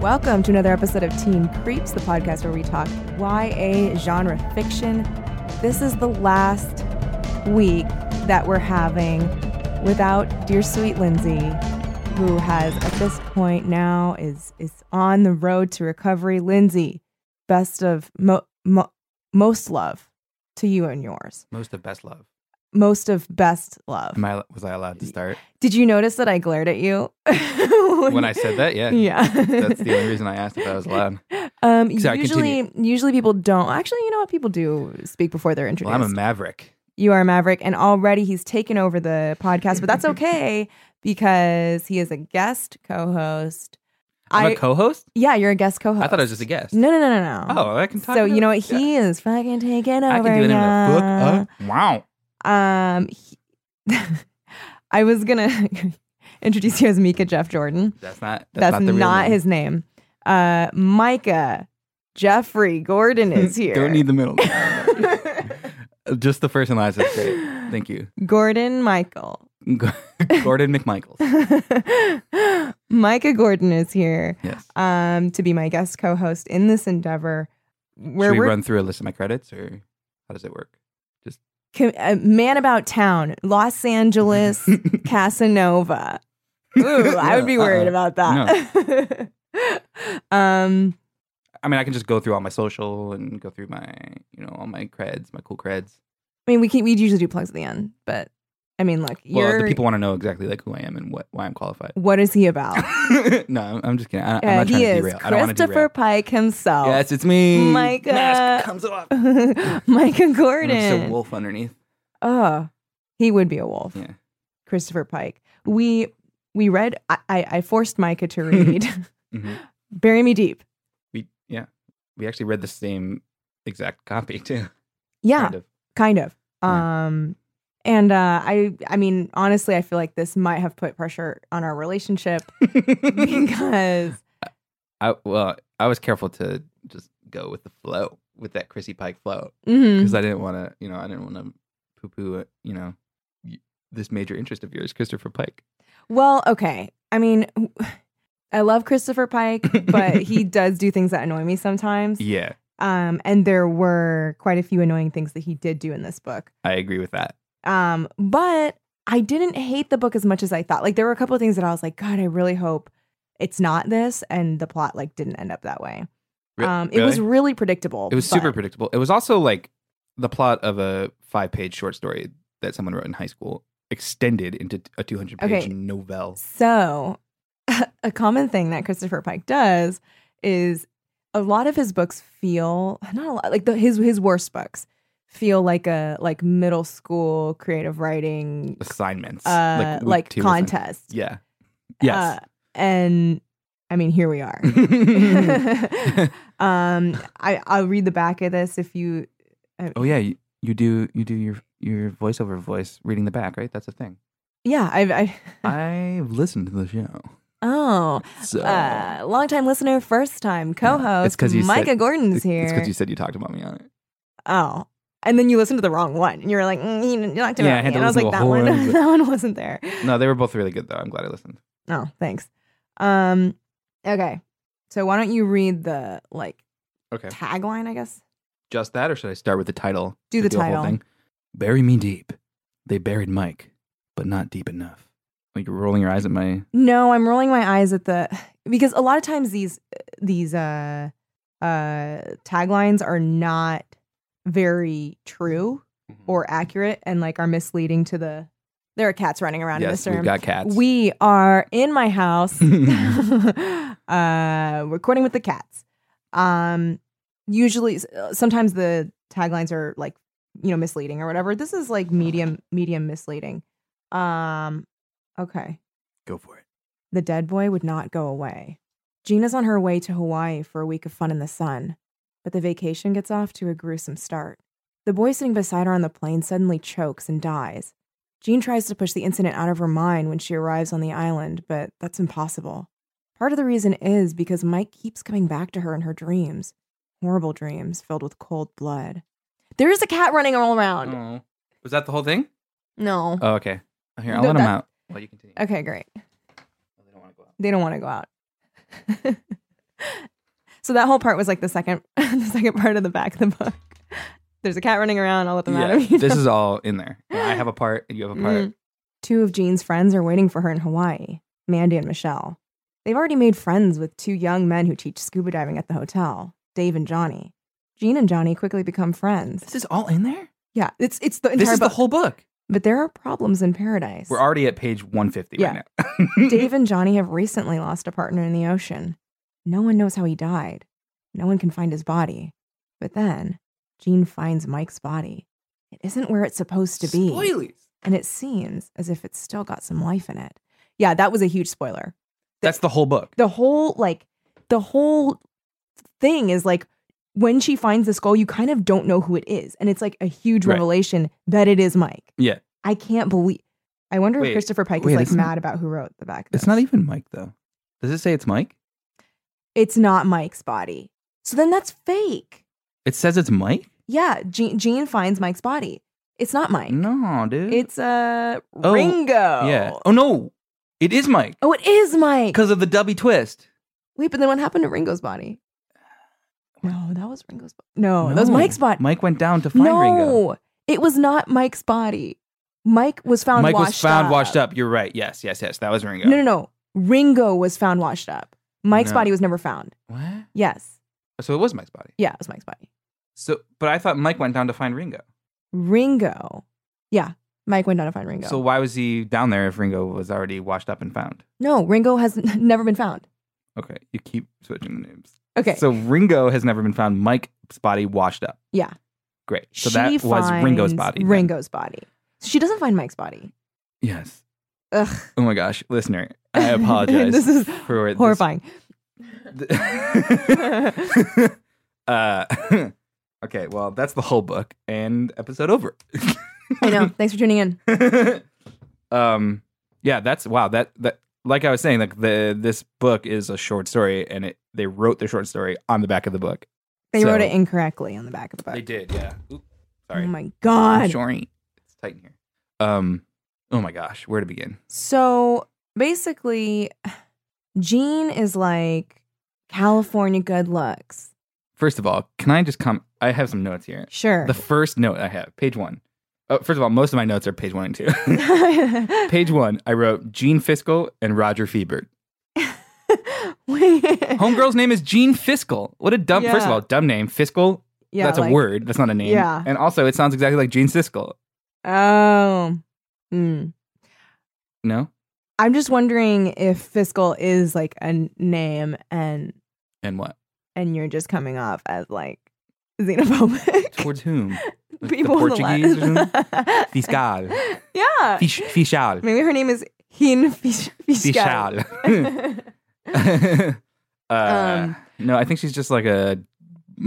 Welcome to another episode of Teen Creeps, the podcast where we talk YA genre fiction. This is the last week that we're having without dear sweet Lindsay, who has at this point now is is on the road to recovery. Lindsay, best of mo- mo- most love to you and yours. Most of best love. Most of best love. Am I was I allowed to start Did you notice that I glared at you when I said that? Yeah. Yeah, That's the only reason I asked if I was allowed. Um, Sorry, usually, continue. usually people don't. Actually, you know what? People do speak before they're Well, introduced. I'm a maverick. you are a maverick, and already he's taken over the podcast, but that's okay because he is a guest co-host. I'm I- a co-host. Yeah, you're a guest co-host. I thought I was just a guest. No, no, no, no, no. Oh, I can talk. so about- you know what? yeah. He is fucking taking over. I can do it in now. a book. Uh? Of, wow. Um, he- I was gonna introduce you as Mika Jeff Jordan. That's not. That's, That's, not, the real name. his name. Uh, Micah Jeffrey Gordon is here. Don't need the middle. just the first and last. That's great. Thank you, Gordon Michael. Gordon McMichaels. Micah Gordon is here Yes. um, to be my guest co host in this endeavor where Should we we're run through a list of my credits, or how does it work? com- uh, man about town, Los Angeles, Casanova. Ooh, I would be Yeah, uh-uh. worried about that. um, I mean, I can just go through all my social and go through my, you know, all my creds, my cool creds. I mean, we can, we'd usually do plugs at the end, but I mean, look, Well, you're, the people want to know exactly like who I am and what why I'm qualified. what is he about? no, I'm- I'm just kidding. I, Yeah, I'm not trying he to is derail. I don't want to Christopher derail. Pike himself. Yes, it's me. Micah. Mask comes off. Micah And I'm just a Gordon. wolf underneath. Oh, he would be a wolf. Yeah. Christopher Pike. We we read. I I, I forced Micah to read. Mhm. Bury me deep. We yeah. We actually read the same exact copy too. Yeah, kind of. kind of. Yeah. Um, and uh, I I mean honestly, I feel like this might have put pressure on our relationship because I well, I was careful to just go with the flow with that Chrissy Pike flow mhm. because I didn't want to, you know, I didn't want to poo poo, you know, y- this major interest of yours, Christopher Pike. well, okay. I mean. I love Christopher Pike, but he does do things that annoy me sometimes. Yeah, Um, and there were quite a few annoying things that he did do in this book. I agree with that. Um, but I didn't hate the book as much as I thought. Like there were a couple of things that I was like, God, I really hope it's not this, and the plot like didn't end up that way. Re- um, it was really? really predictable. It was super but- predictable. It was also like the plot of a five page short story that someone wrote in high school extended into a 200 page Okay. novelle. So, a common thing that Christopher Pike does is a lot of his books feel not a lot like the, his his worst books feel like a like middle school creative writing Assignments. uh, week like two or something. contest. Yeah. Yes. Uh, and I mean, here we are. Mm-hmm. um, I, I'll read the back of this if you. I- oh, yeah. You, you do you do your your voiceover voice reading the back, right? That's a thing. Yeah. I've, I, I've listened to the show. oh, So uh, long time listener, first time co Yeah, it's host. 'cause you said- Micah Gordon's here. It's because you said you talked about me on it. oh. And then you listened to the wrong one. And you were like, mm, you you talked about Yeah, I had me. to And I was listen like, to that a whole one, other- that one wasn't there. No, they were both really good, though. I'm glad I listened. Oh, thanks. Um, okay. So why don't you read the like Okay. tagline, I guess? just that, or should I start with the title? Do the a whole title. Bury me deep. They buried Mike, but not deep enough. Like you're rolling your eyes at my. No, I'm rolling my eyes at the because a lot of times these these uh uh taglines are not very true Mm-hmm. or accurate and like are misleading to the there are cats running around in yes, this room. we've got cats. We are in my house uh recording with the cats. Um usually uh, sometimes the taglines are like you know misleading or whatever. This is like medium medium misleading. Um, okay. Go for it. The dead boy would not go away. Gina's on her way to Hawaii for a week of fun in the sun, but the vacation gets off to a gruesome start. The boy sitting beside her on the plane suddenly chokes and dies. Jean tries to push the incident out of her mind when she arrives on the island, but that's impossible. Part of the reason is because Mike keeps coming back to her in her dreams horrible dreams filled with cold blood. There is a cat running all around. Oh. Was that the whole thing? No. Oh, okay. Here, I'll No, let him that- out. While you continue. Okay, great. Oh, they don't want to go out. They don't want to go out. so that whole part was like the second the second part of the back of the book. There's a cat running around, I'll let them out Yeah, of you. this is all in there. Yeah, I have a part, and you have a part. Mm. Two of Jean's friends are waiting for her in Hawaii, Mandy and Michelle. They've already made friends with two young men who teach scuba diving at the hotel, Dave and Johnny. Jean and Johnny quickly become friends. This is all in there. Yeah, it's it's the This entire is the book. whole book. but there are problems in paradise. We're already at page 150 right now. Dave and Johnny have recently lost a partner in the ocean. No one knows how he died. No one can find his body. But then, Jean finds Mike's body. It isn't where it's supposed to be. Spoilies. And it seems as if it's still got some life in it. Yeah, that was a huge spoiler. That's the whole book. The whole, like, the whole thing is like when she finds the skull, you kind of don't know who it is. And it's like a huge Right. revelation that it is Mike. Yeah. I can't believe. I wonder Wait, if Christopher Pike wait, is like it's not- mad about who wrote the back. of It's this. not even Mike though. Does it say it's Mike? it's not Mike's body. So then that's fake. It says it's Mike. Yeah, Jean, Jean finds Mike's body. It's not Mike. No, dude. It's uh Mm. Oh, Ringo. yeah. Oh no, it is Mike Oh, it is Mike. because of the dubby twist. Wait, but then what happened to Ringo's body? No, that was Ringo's body. No, that was No. Oh, Mike's body. Mike went down to find no, Ringo. it was not Mike's body. Mike was found Mike washed was found up. washed up. You're right. Yes, yes, yes. That was Ringo. No, no, no. Ringo was found washed up. Mike's No. body was never found. What? Yes. So it was Mike's body. Yeah, it was Mike's body. So, but I thought Mike went down to find Ringo. Ringo. Yeah, Mike went down to find Ringo. So why was he down there if Ringo was already washed up and found? No, Ringo has n- never been found. Okay, you keep switching the names. Okay. So Ringo has never been found. Mike's body washed up. Yeah. Great. So She that was Ringo's finds body. then. Ringo's body. She doesn't find Mike's body. Yes. Ugh. Oh my gosh, listener, I apologize. This is for this- Horrifying. th- uh, okay, well, that's the whole book and episode over. I know. Thanks for tuning in. um, yeah, that's wow. That that like I was saying, like the this book is a short story, and it they wrote the short story on the back of the book. They So- wrote it incorrectly on the back of the book. did, yeah. Oop, sorry, Oh my I'm god. sorry, it's tight in here. Um, oh my gosh, where to begin? So basically, Jean is like California good looks. First of all, can I just come? I have some notes here. Sure. The first note I have, page one. Oh, first of all, most of my notes are page one and two. page one, I wrote Gene Fiscal and Roger Ebert. Homegirl's name is Gene Fiscal. What a dumb, first of Yeah. all, dumb name. Fiscal, Yeah, that's like- a word. That's not a name. Yeah. And also, it sounds exactly like Gene Siskel. Oh. Hmm. No? I'm just wondering if Fiscal is like a n- name and And what? and you're just coming off as like xenophobic. Towards whom? Like the People with a lot- Portuguese or Fiscal. yeah. Fish, fishal. Maybe her name is Hin Fish- Fiscal. Fishal. uh, Um, no, I think she's just like a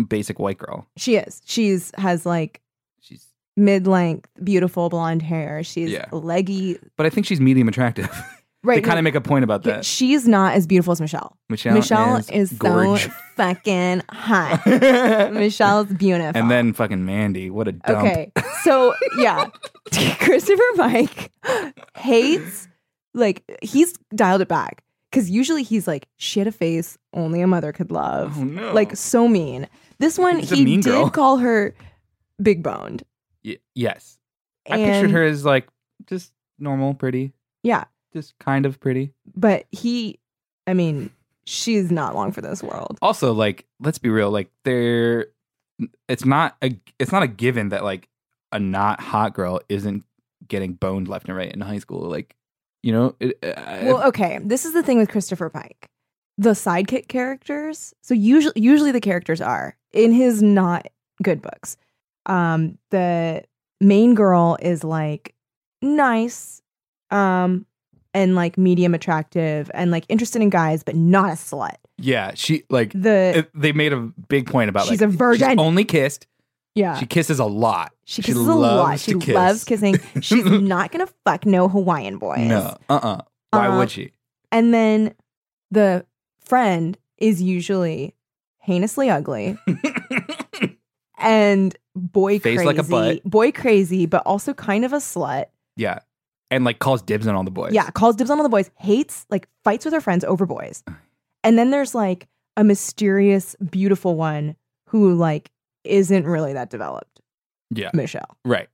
basic white girl. she is. She's has like She's, mid-length, beautiful blonde hair. She's Yeah. leggy. but I think she's medium attractive. Right. they kind of make a point about no, that. she's not as beautiful as Michelle. Michelle, Michelle is, is, gorge. so fucking hot. Michelle's beautiful. And then fucking Mandy. What a dump. Okay. So, yeah. Christopher Mike hates, like, he's dialed it back because usually he's like, she had a face only a mother could love. Oh, no. Like, so mean. This one, He's a he mean did girl. call her big boned. Y- yes. I pictured her as like just normal, pretty. Yeah. Just kind of pretty. But he, I mean, she's not long for this world. Also, like, let's be real. Like, they're. It's not a. It's not a given that like a not hot girl isn't getting boned left and right in high school. Like, you know. It, uh, I- Well, uh, okay. This is the thing with Christopher Pike. The sidekick characters. So usually, usually the characters are in his not good books. Um, the main girl is like nice, um and like medium attractive and like interested in guys but not a slut. Yeah, she like The it- they made a big point about She's like a virgin. only kissed. yeah. She kisses a lot. She kisses a lot. loves She to kiss. loves kissing. She's not gonna fuck no Hawaiian boys. No, uh, uh Why Uh, would she? And then the friend is usually heinously ugly and boy Face crazy, like a butt. boy crazy, but also kind of a slut. yeah, and like calls dibs on all the boys. Yeah, calls dibs on all the boys, hates, like fights with her friends over boys. And then there's like a mysterious, beautiful one who like isn't really that developed, yeah, Michelle. right.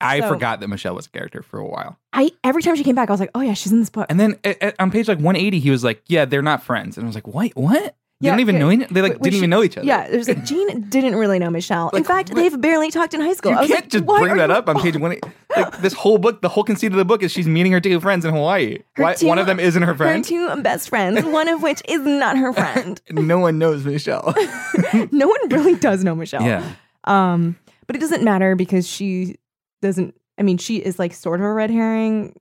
I So- forgot that Michelle was a character for a while, I every time she came back, I was like, oh yeah, she's in this book. and then a- a- on page like 180, he was like, "Yeah, they're not friends," and I was like, "What? What? They Yeah, don't even okay. know. Any- they like Wait, wait, didn't she- even know each other." yeah, there's like Jean didn't really know Michelle. in Like, fact, what- they've barely talked in high school. You I was can't like, just why bring are that you- up on page 180. Like this whole book, the whole conceit of the book is she's meeting her two friends in Hawaii. Her Why, two- one of them isn't her Her friend. two best friends, one of which is not her friend. no one knows Michelle. no one really does know Michelle. yeah. Um, but it doesn't matter because she doesn't. I mean, she is like sort of a red herring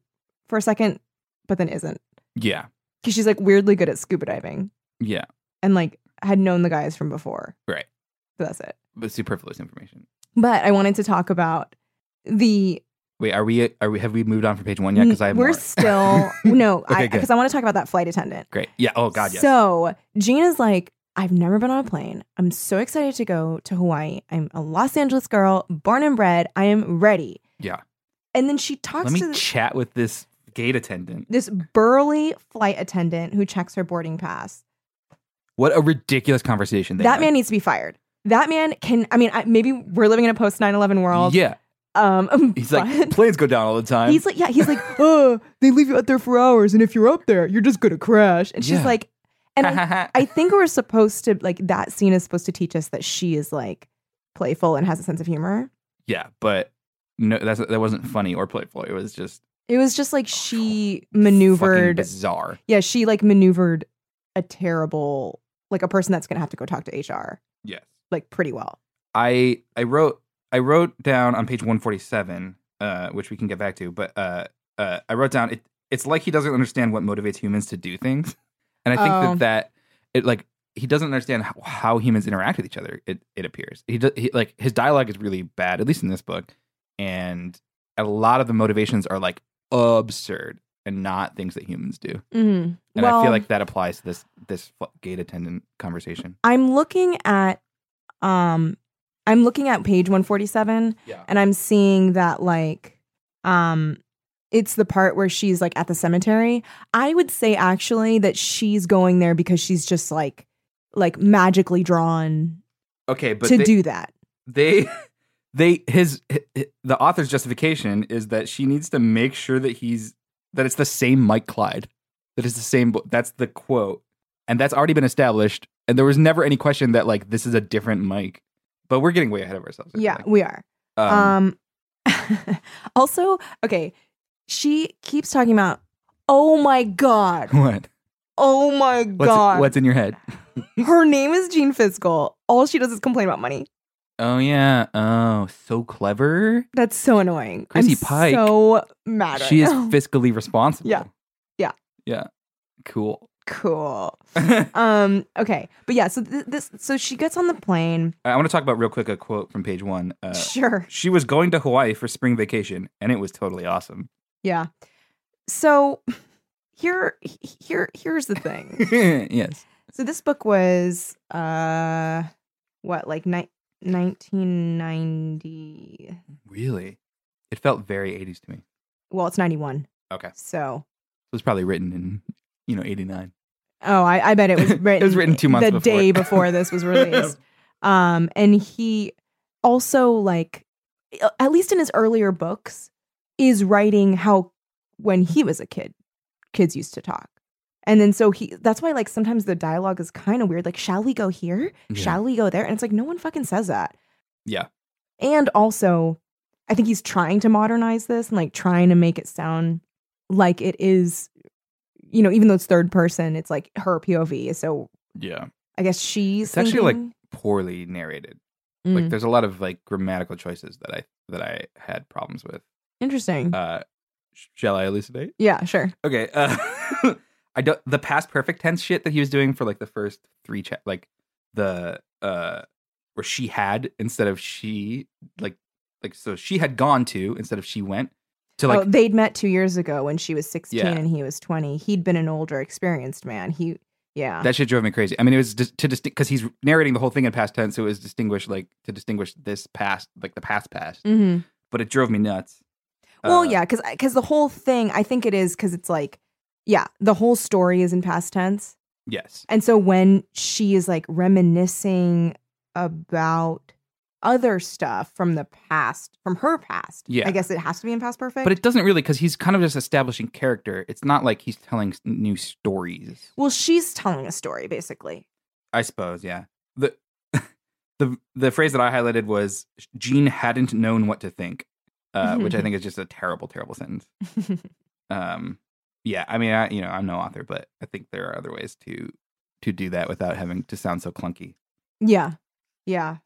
for a second, but then isn't Yeah. because she's like weirdly good at scuba diving Yeah. and like had known the guys from before. Right. So that's it. But superfluous information. But I wanted to talk about the. Wait, are we are we have we moved on from page one yet? Because I have we're more. still no, Okay, I good. because I want to talk about that flight attendant. Great. Yeah. Oh God. Yes. So Gina's like, I've never been on a plane. I'm so excited to go to Hawaii. I'm a Los Angeles girl, born and bred. I am ready. Yeah. And then she talks Let me to the- chat with this gate attendant. this burly flight attendant who checks her boarding pass. What a ridiculous conversation. They that had. man needs to be fired. That man can. I mean, I, maybe we're living in a post 9-11 world. Yeah. Um. He's but- like planes go down all the time. He's like, yeah, he's like, oh, they leave you out there for hours, and if you're up there, you're just gonna crash. And she's Yeah. like, and I, I think we're supposed to like that scene is supposed to teach us that she is like playful and has a sense of humor. yeah, but no, that's that wasn't funny or playful. It was just It was just like she fucking maneuvered. bizarre. Yeah, she like maneuvered a terrible, like a person that's gonna have to go talk to HR, Yes. like pretty well. I I wrote I wrote down on page 147, uh, which we can get back to, but uh, uh, I wrote down it. It's like he doesn't understand what motivates humans to do things, and I think Oh. that that it like he doesn't understand how, how humans interact with each other. It it appears he, do, he like his dialogue is really bad, at least in this book, and a lot of the motivations are like absurd and not things that humans do. Mm-hmm. And I feel like that applies to this this fl- gate attendant conversation. I'm looking at um I'm looking at page 147 Yeah. and I'm seeing that like um it's the part where she's like at the cemetery. I would say actually that she's going there because she's just like like magically drawn Okay, but to they- do that. they they his, hi- the author's justification is that she needs to make sure that he's that it's the same Mike Clyde that is the same bo- that's the quote and that's already been established and there was never any question that like this is a different Mike but we're getting way ahead of ourselves I feel Yeah, like. we are. um, Um, also, okay, she keeps talking about oh my god. what Oh my what's, Um, god. what's in your head Her name is Jean Fiscal. All she does is complain about money. oh yeah oh so clever That's so annoying. Chrissy I'm Pike. So mad. Right she is now. fiscally responsible Yeah. Yeah. yeah cool cool. Um. Okay. But yeah. So th- this. So she gets on the plane. I want to talk about real quick a quote from page one uh, sure. She was going to Hawaii for spring vacation, and it was totally awesome. Yeah. So here, here, here's the thing. yes. so this book was uh, what like ni- 1990. Really? It felt very 80s to me. It Well, it's 91. Okay. So. was probably written in, you know, 89. Oh, I, I bet it was It was written. written two months the before. day before this was released. um, and he also like, at least in his earlier books, is writing how when he was a kid, kids used to talk, and then so he. That's why like sometimes the dialogue is kind of weird. Like, shall we go here? Yeah. Shall we go there? And it's like no one fucking says that. Yeah. And also, I think he's trying to modernize this and like trying to make it sound like it is, you know, even though it's third person, it's like her POV. So Yeah. I guess she's It's actually, like, thinking- Poorly narrated. Mm, Like, there's a lot of like grammatical choices that I that I had problems with. interesting. Uh, Sh- Shall I elucidate? Yeah, sure. Okay. Uh, I don't the past perfect tense shit that he was doing for like the first three cha- like the uh where she had instead of she like like so she had gone to instead of she went to like oh, they'd met two years ago when she was 16 Yeah. and he was 20. He'd been an older, experienced man. He, yeah. that shit drove me crazy. I mean it was just to distinct because he's narrating the whole thing in past tense so it was distinguished like to distinguish this past like the past past mm-hmm. but it drove me nuts. Well, Uh, yeah, because because the whole thing, I think it is because it's like, yeah, the whole story is in past tense, Yes. and so when she is like reminiscing about other stuff from the past, from her past, Yeah. I guess it has to be in past perfect. But it doesn't really because he's kind of just establishing character. It's not like he's telling s- new stories. well, she's telling a story basically. I suppose, yeah. The the the phrase that I highlighted was Gene hadn't known what to think, uh, which I think is just a terrible, terrible sentence. Um, yeah, I mean, I you know, I'm no author, but I think there are other ways to to do that without having to sound so clunky. yeah, yeah,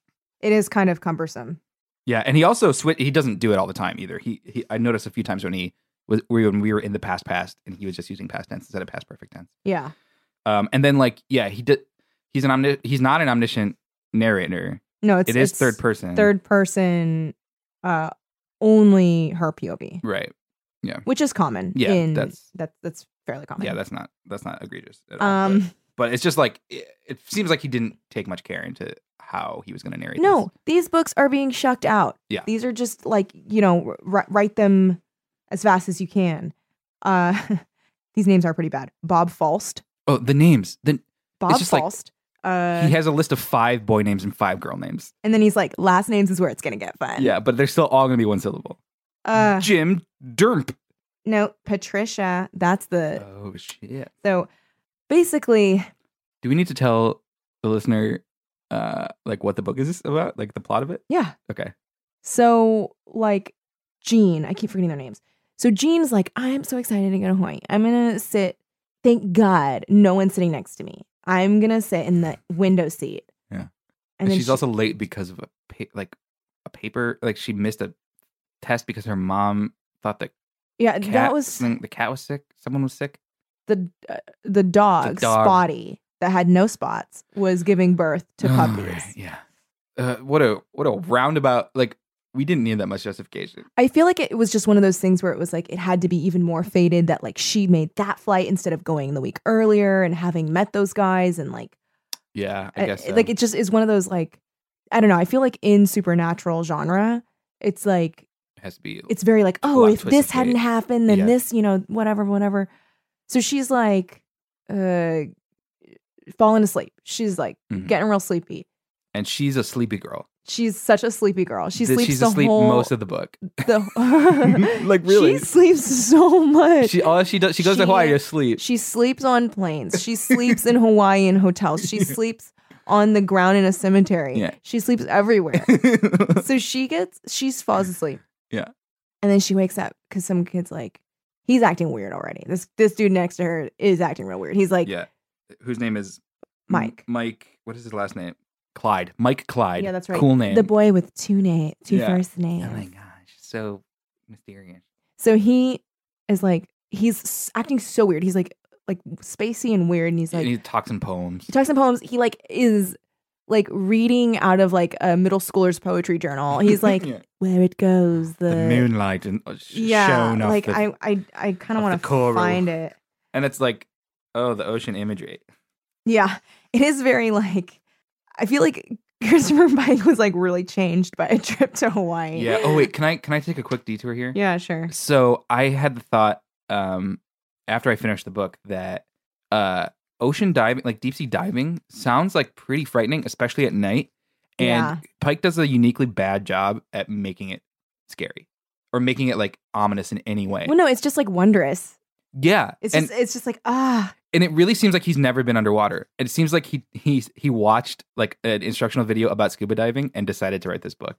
it is kind of cumbersome. Yeah, and he also switch. He doesn't do it all the time either. He, he I noticed a few times when he was when we were in the past past, and he was just using past tense instead of past perfect tense. Yeah, Um, and then like yeah, he did. He's an omni- he's not an omniscient narrator. no, it's it is it's third person. third person, uh, only her POV, right? which is common. Mm. Yeah, in, that's- that that's fairly common. Yeah, that's not that's not egregious at all. um. but, but it's just like it, it seems like he didn't take much care into how he was going to narrate. No, these books are being shucked out. Yeah. These are just like, you know, r- write them as fast as you can. Uh, these names are pretty bad. Bob Falst. this. Oh, the names. Then Bob just like- Falst. uh, he has a list of five boy names and five girl names. and then he's like, last names is where it's going to get fun. Yeah, but they're still all going to be one syllable. Uh, Jim Dermp. no, Patricia. That's the. Oh shit. So basically, Do we need to tell the listener uh like what the book is about? Like the plot of it? yeah. Okay. So like Jean, I keep forgetting their names. So Jean's like, I'm so excited to go to Hawaii. I'm gonna sit. Thank God, no one's sitting next to me. I'm gonna sit in the window seat. Yeah. And, And, then she's she- also late because of a pa- like a paper like she missed a test because her mom thought the yeah. cat that was the cat was sick. Someone was sick. the uh, the dog, The dog. Spotty that had no spots was giving birth to Oh, puppies. right, yeah. Uh, what a what a roundabout. Like we didn't need that much justification. I feel like it was just one of those things where it was like it had to be even more faded that like she made that flight instead of going the week earlier and having met those guys and like Yeah, I guess. um, so. like it just is one of those like I don't know. I feel like in supernatural genre, it's like has to be. it's very like oh Plot if twist this and hadn't fate. happened then Yeah. this you know whatever whatever. So she's like, uh, falling asleep. She's like Mhm. getting real sleepy. and she's a sleepy girl. She's such a sleepy girl. She Th- sleeps she's the asleep whole most of the book. the Like, really? She sleeps so much. She all she does she goes she- to Hawaii to sleep. She sleeps on planes. She sleeps in Hawaiian hotels. She sleeps on the ground in a cemetery. Yeah. She sleeps everywhere. yeah, so she gets, she falls asleep. Yeah. And then she wakes up because some kid's like, he's acting weird already. This this dude next to her is acting real weird. He's like, whose name is Mike. M- Mike. What is his last name? Clyde. Mike Clyde. Yeah, that's right. Cool name. the boy with two name, two Yeah. first Oh names. my gosh, so mysterious. So he is like, he's s- acting so weird. He's like, like spacey and weird. And he's like, and he talks in poems. he talks in poems. He like is like reading out of like a middle schooler's poetry journal. He's like Yeah. where it goes the, the, moonlight and uh, sh- yeah. shone off Like the- I I I kind off of want the to coral. find it. and it's like oh the ocean imagery. Yeah, it is very like I feel like Christopher Pike was like really changed by a trip to Hawaii. Yeah. Oh wait, can I can I take a quick detour here? Yeah, sure. So I had the thought um, after I finished the book that uh, ocean diving, like deep sea diving, sounds like pretty frightening, especially at night. And Yeah. Pike does a uniquely bad job at making it scary or making it like ominous in any way. Well, no, it's just like wondrous. yeah, It's and just it's just like ah, and it really seems like he's never been underwater. It seems like he he he watched like an instructional video about scuba diving and decided to write this book.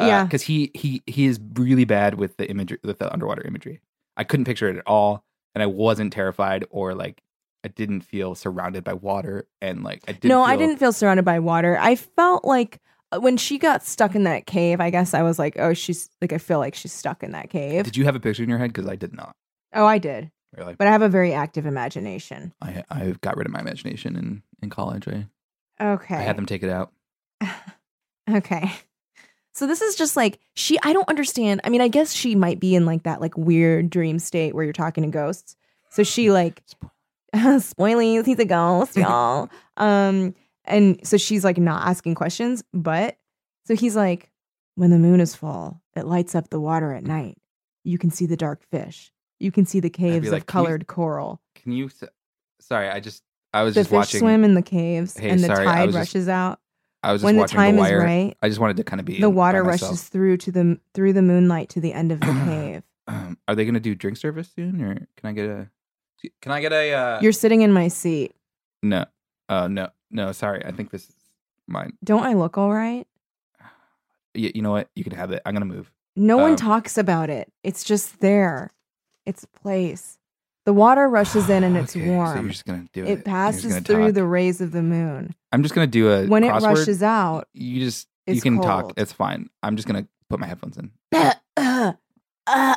Yeah. because he he he is really bad with the imagery with the underwater imagery. I couldn't picture it at all, and I wasn't terrified or like I didn't feel surrounded by water and like I didn't. no, I feel- didn't feel surrounded by water. I felt like uh, when she got stuck in that cave, I guess I was like, oh, she's like, I feel like she's stuck in that cave. Did you have a picture in your head? Because I did not oh, I did. really. But I have a very active imagination. I I got rid of my imagination in in college. I Okay. I had them take it out. Okay. So this is just like she I don't understand. I mean, I guess she might be in like that like weird dream state where you're talking to ghosts. So she Mm-hmm. like spoilies, he's a ghost, y'all. um and so she's like not asking questions, but so he's like when the moon is full, it lights up the water at night. You can see the dark fish. You can see the caves like, of "Can you- colored coral. Can you? s- Sorry, I just I was The just fish watching. swim in the caves Hey, and the sorry, I tide was just rushes out. I was just When the watching time the is wire. right, I just wanted to kind of be the in by water myself. rushes through to the through the moonlight to the end of the cave. Um, are they going to do drink service soon, or can I get a? Can I get a? Uh, You're sitting in my seat. no, uh, no, no. Sorry, I think this is mine. Don't I look all right? You, you know what? You can have it. I'm going to move. No one Um, talks about it. It's just there. It's a place. The water rushes in and it's Okay, So you're warm. just going to do it. You're it just passes gonna through talk. the rays of the moon. I'm just going to do a. When it crossword. rushes out, you just you it's can talk. cold. It's fine. I'm just going to put my headphones in. uh, uh, uh,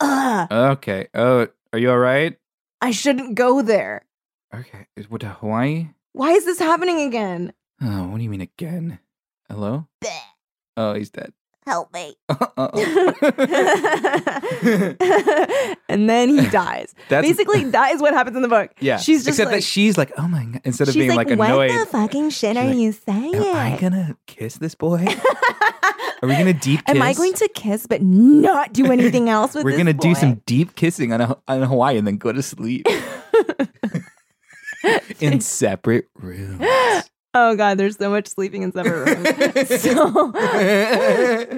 uh, Okay. Oh, are you all right? I shouldn't go there. Okay. Is- What to Hawaii? Why is this happening again? Oh, what do you mean again? Hello? Oh, he's dead. Help me. Oh. Uh-oh. and then he dies. That's Basically, that is what happens in the book. Yeah. she's just Except like- that she's like, oh my god. Instead of She's being like, like, what annoyed. the fucking shit she's are like, you saying? Am I gonna kiss this boy? Are we gonna deep kiss? Am I going to kiss but not do anything else with We're this gonna do boy? some deep kissing on a, on Hawaii and then go to sleep in separate rooms. Oh god, there's so much sleeping in separate rooms. so,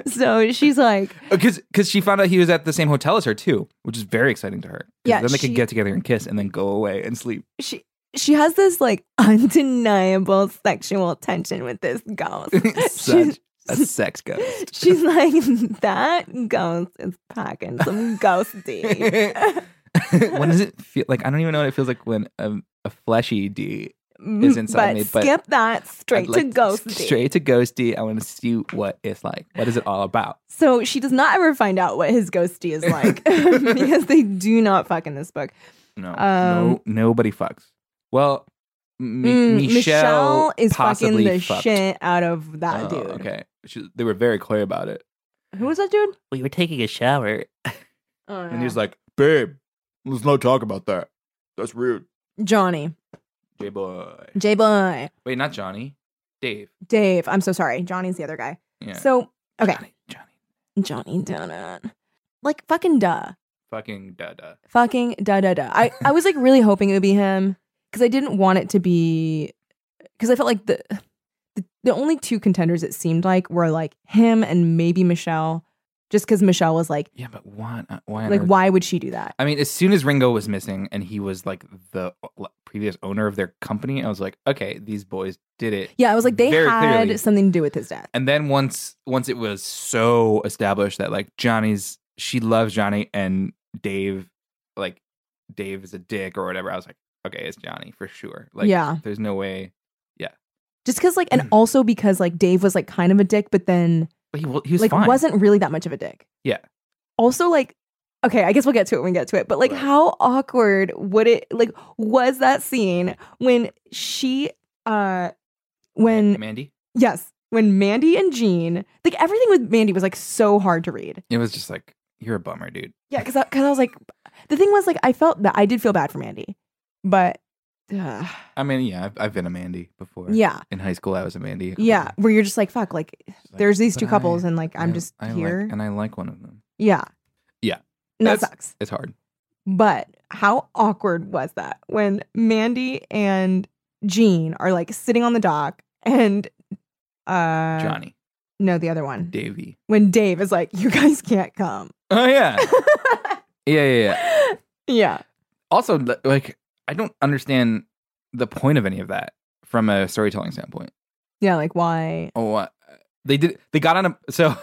so she's like, Because Oh, she found out he was at the same hotel as her too, which is very exciting to her. 'Cause Yeah, Then they she- could get together and kiss and then go away and sleep. she she has this like undeniable sexual tension with this ghost. Such a sex ghost. She's like, that ghost is packing some ghost D. when does it feel like? I don't even know what it feels like when a, a fleshy D Is inside but me, but skip that I'd straight like to ghost D. Straight to ghosty. I want to see what it's like. What is it all about? So she does not ever find out what his ghosty is like because they do not fuck in this book. No, Um, no, nobody fucks. Well, M- Mm, Michelle, is fucking possibly the fucked. shit out of that Oh, dude. Okay, she, they were very clear about it. Who was that dude? We were taking a shower, Oh, and he's like, "Babe, let's not talk about that. That's rude." Johnny, J boy. J Boy, Wait, not Johnny. Dave. Dave. I'm so sorry. Johnny's the other guy. Yeah. So okay, Johnny. Johnny. Johnny Donut. Like fucking duh, Fucking da da. fucking da da da. I I was like really hoping it would be him because I didn't want it to be because I felt like the, the the only two contenders it seemed like were like him and maybe Michelle, just because Michelle was like Yeah, but why? not- Why? on like earth- why would she do that? I mean, as soon as Ringo was missing and he was like the uh, previous owner of their company, I was like, okay, these boys did it. Yeah, I was like they Very had clearly. something to do with his death. And then once once it was so established that like Johnny's she loves Johnny and Dave like Dave is a dick or whatever, I was like, okay, it's Johnny for sure. Like Yeah. there's no way. just because like and also because like dave was like kind of a dick but then But he wa- he was like fine. wasn't really that much of a dick Yeah. also like okay i guess we'll get to it when we get to it but like Right. how awkward would it like was that scene when she uh when Mandy? yes when mandy and jean like everything with mandy was like so hard to read It was just like, you're a bummer, dude. yeah because I, 'cause I was like the thing was like i felt that i did feel bad for mandy but uh, I mean, yeah, I've, I've been a Mandy before. yeah In high school I was a Mandy. yeah where you're just like fuck like Just like, there's these two but I- couples and like i'm I- just I like- here and I like one of them. Yeah. Yeah. And that That's- sucks. It's hard. But how awkward was that when Mandy and Jean are like sitting on the dock and uh Johnny. No, the other one. Davey. When Dave is like, You guys can't come. Oh yeah. yeah, yeah, yeah. yeah. Also, li- like, I don't understand the point of any of that from a storytelling standpoint. Yeah, like why? Oh, uh, they did. They got on a so,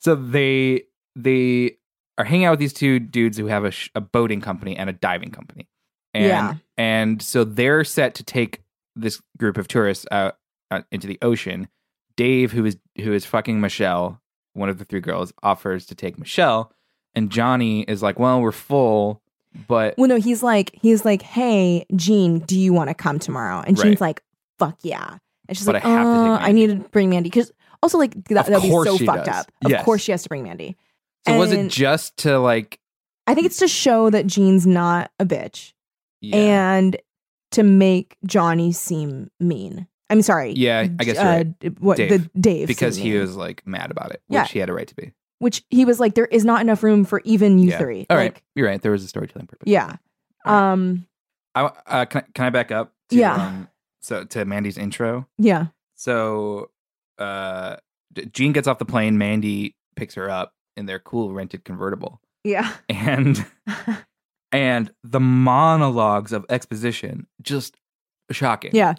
so they they are hanging out with these two dudes who have a, sh- a boating company and a diving company, and Yeah. and so they're set to take this group of tourists out, out into the ocean. Dave, who is who is fucking Michelle, one of the three girls, offers to take Michelle, and Johnny is like, "Well, we're full, but Well, no, he's like, he's like, hey, Jean, do you want to come tomorrow? And Right. Jean's like, fuck yeah. And she's But like, I have to take "Uh, I Mandy." need to bring Mandy because also like that Of would be course so she fucked does. up. Of Yes. course she has to bring Mandy. so was it and- just to like, I think it's to show that Jean's not a bitch yeah, and to make Johnny seem mean. I'm sorry. yeah? I guess you're uh, right. what Dave. the Dave because seem he mean. was like mad about it, which Yeah. he had a right to be. which he was like there is not enough room for even you Yeah. three. All like, right, you're right. There was a storytelling purpose. Yeah. Right. Um. I, uh, can, I- can I back up? To, Yeah. Um, so to Mandy's intro. Yeah. So, uh, D- Jean gets off the plane. Mandy picks her up in their cool rented convertible, Yeah. and and the monologues of exposition just shocking. yeah.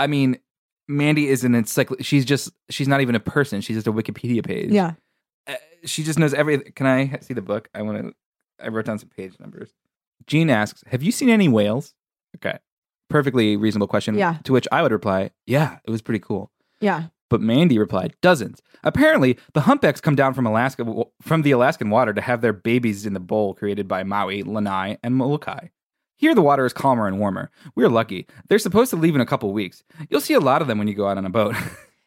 I mean, Mandy is an encycl. She's just she's not even a person. She's just a Wikipedia page. Yeah. Uh, she just knows everything. Can I ha- see the book? I want to. I wrote down some page numbers. Jean asks, "Have you seen any whales?" Okay, perfectly reasonable question. Yeah. To which I would reply, "Yeah, it was pretty cool." Yeah. But Mandy replied, "Dozens. Apparently, the humpbacks come down from Alaska w- from the Alaskan water to have their babies in the bowl created by Maui, Lanai, and Molokai. Here, the water is calmer and warmer. We're lucky. They're supposed to leave in a couple weeks. You'll see a lot of them when you go out on a boat."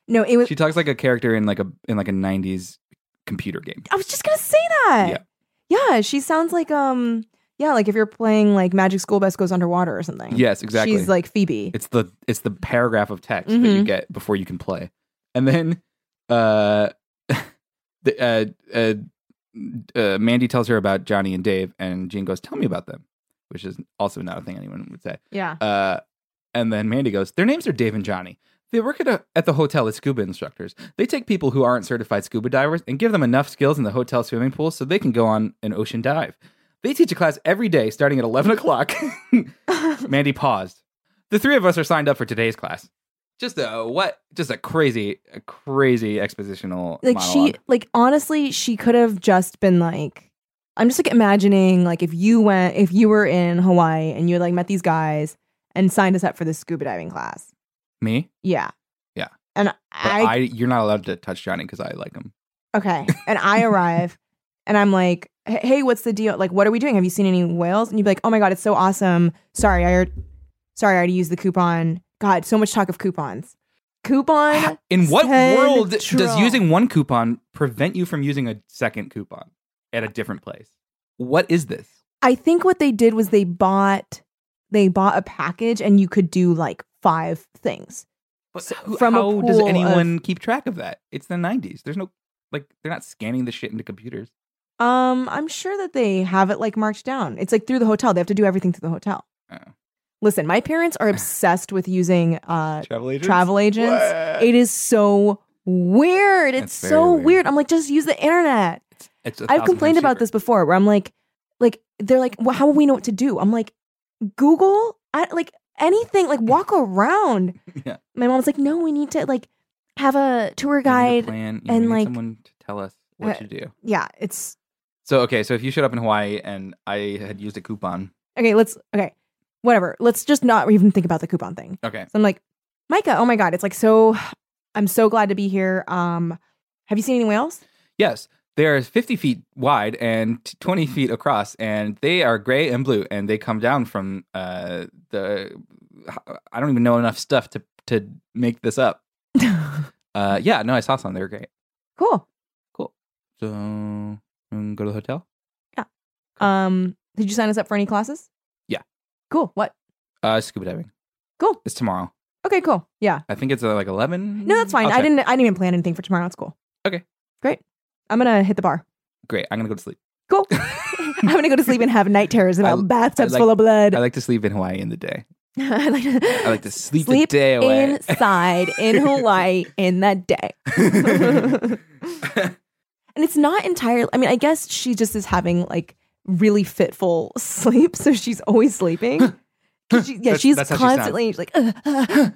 No, it was. she talks like a character in like a in like a '90s computer game. I was just gonna say that. Yeah. She sounds like um. Yeah, like if you're playing like Magic School Bus goes underwater or something. Yes, exactly. She's like Phoebe. it's the it's the paragraph of text that you Mhm. get before you can play, and then uh, the, uh, uh, uh, Mandy tells her about Johnny and Dave, and Jean goes, "Tell me about them," which is also not a thing anyone would say. yeah. Uh, and then Mandy goes, "Their names are Dave and Johnny." They work at, a, at the hotel as scuba instructors. They take people who aren't certified scuba divers and give them enough skills in the hotel swimming pool so they can go on an ocean dive. They teach a class every day starting at 11 o'clock. Mandy paused. The three of us are signed up for today's class. Just a what? Just a crazy, a crazy expositional. like she. monologue. Like honestly, she could have just been like. I'm just like imagining like if you went if you were in Hawaii and you had like met these guys and signed us up for the scuba diving class. me. Yeah. Yeah. And But I, you're not allowed to touch Johnny because I like him. Okay. And I arrive and I'm like, "H- hey, what's the deal? Like, what are we doing? Have you seen any whales? And you'd be like, oh my God, it's so awesome. Sorry, I already, sorry, I already used the coupon. God, so much talk of coupons. Coupon? In what Central. world does using one coupon prevent you from using a second coupon at a different place? What is this? I think what they did was they bought they bought a package and you could do like five things. But So- who- from a how does pool anyone keep track of that? It's the 90s. There's no like they're not scanning the shit into computers. Um, I'm sure that they have it like marked down. It's like through the hotel. They have to do everything through the hotel. Oh. Listen, my parents are obsessed with using uh Travel agents. travel agents. What? It is so weird. It's That's very so weird. weird. I'm like, just use the internet. It's a I've thousand complained times about cheaper. this before, where I'm like, like they're like, well, how will we know what to do? I'm like, Google, I, like anything, like walk around. Yeah. My mom's like, no, we need to like have a tour We need a guide. plan. and, and like- like someone to tell us what Uh, to do. Yeah, it's So okay, so if you showed up in Hawaii and I had used a coupon, okay. Let's okay, whatever. Let's just not even think about the coupon thing. okay, So I'm like, Micah, oh my god, it's like so. I'm so glad to be here. Um, have you seen any whales? yes, they are fifty feet wide and t- twenty feet across, and they are gray and blue, and they come down from uh, the. I don't even know enough stuff to to make this up. Uh, yeah, no, I saw some. They were great. cool. So um, go to the hotel. Um, did you sign us up for any classes? Yeah. Cool. What? Uh, scuba diving. Cool. It's tomorrow. Okay, cool. Yeah. I think it's uh, like eleven. No, that's fine. I'll I check. didn't I didn't even plan anything for tomorrow. It's cool. Okay. Great. I'm gonna hit the bar. Great. I'm gonna go to sleep. Cool. I'm gonna go to sleep and have night terrors about I- bathtubs I like- full of blood. I like to sleep in Hawaii in the day. I like, I like to sleep, Sleep the day away. inside in Hawaii in that day. and it's not entirely I mean, I guess she just is having like really fitful sleep, so she's always sleeping. 'Cause she- yeah, That's- she's that's how she sounds. constantly like uh, uh,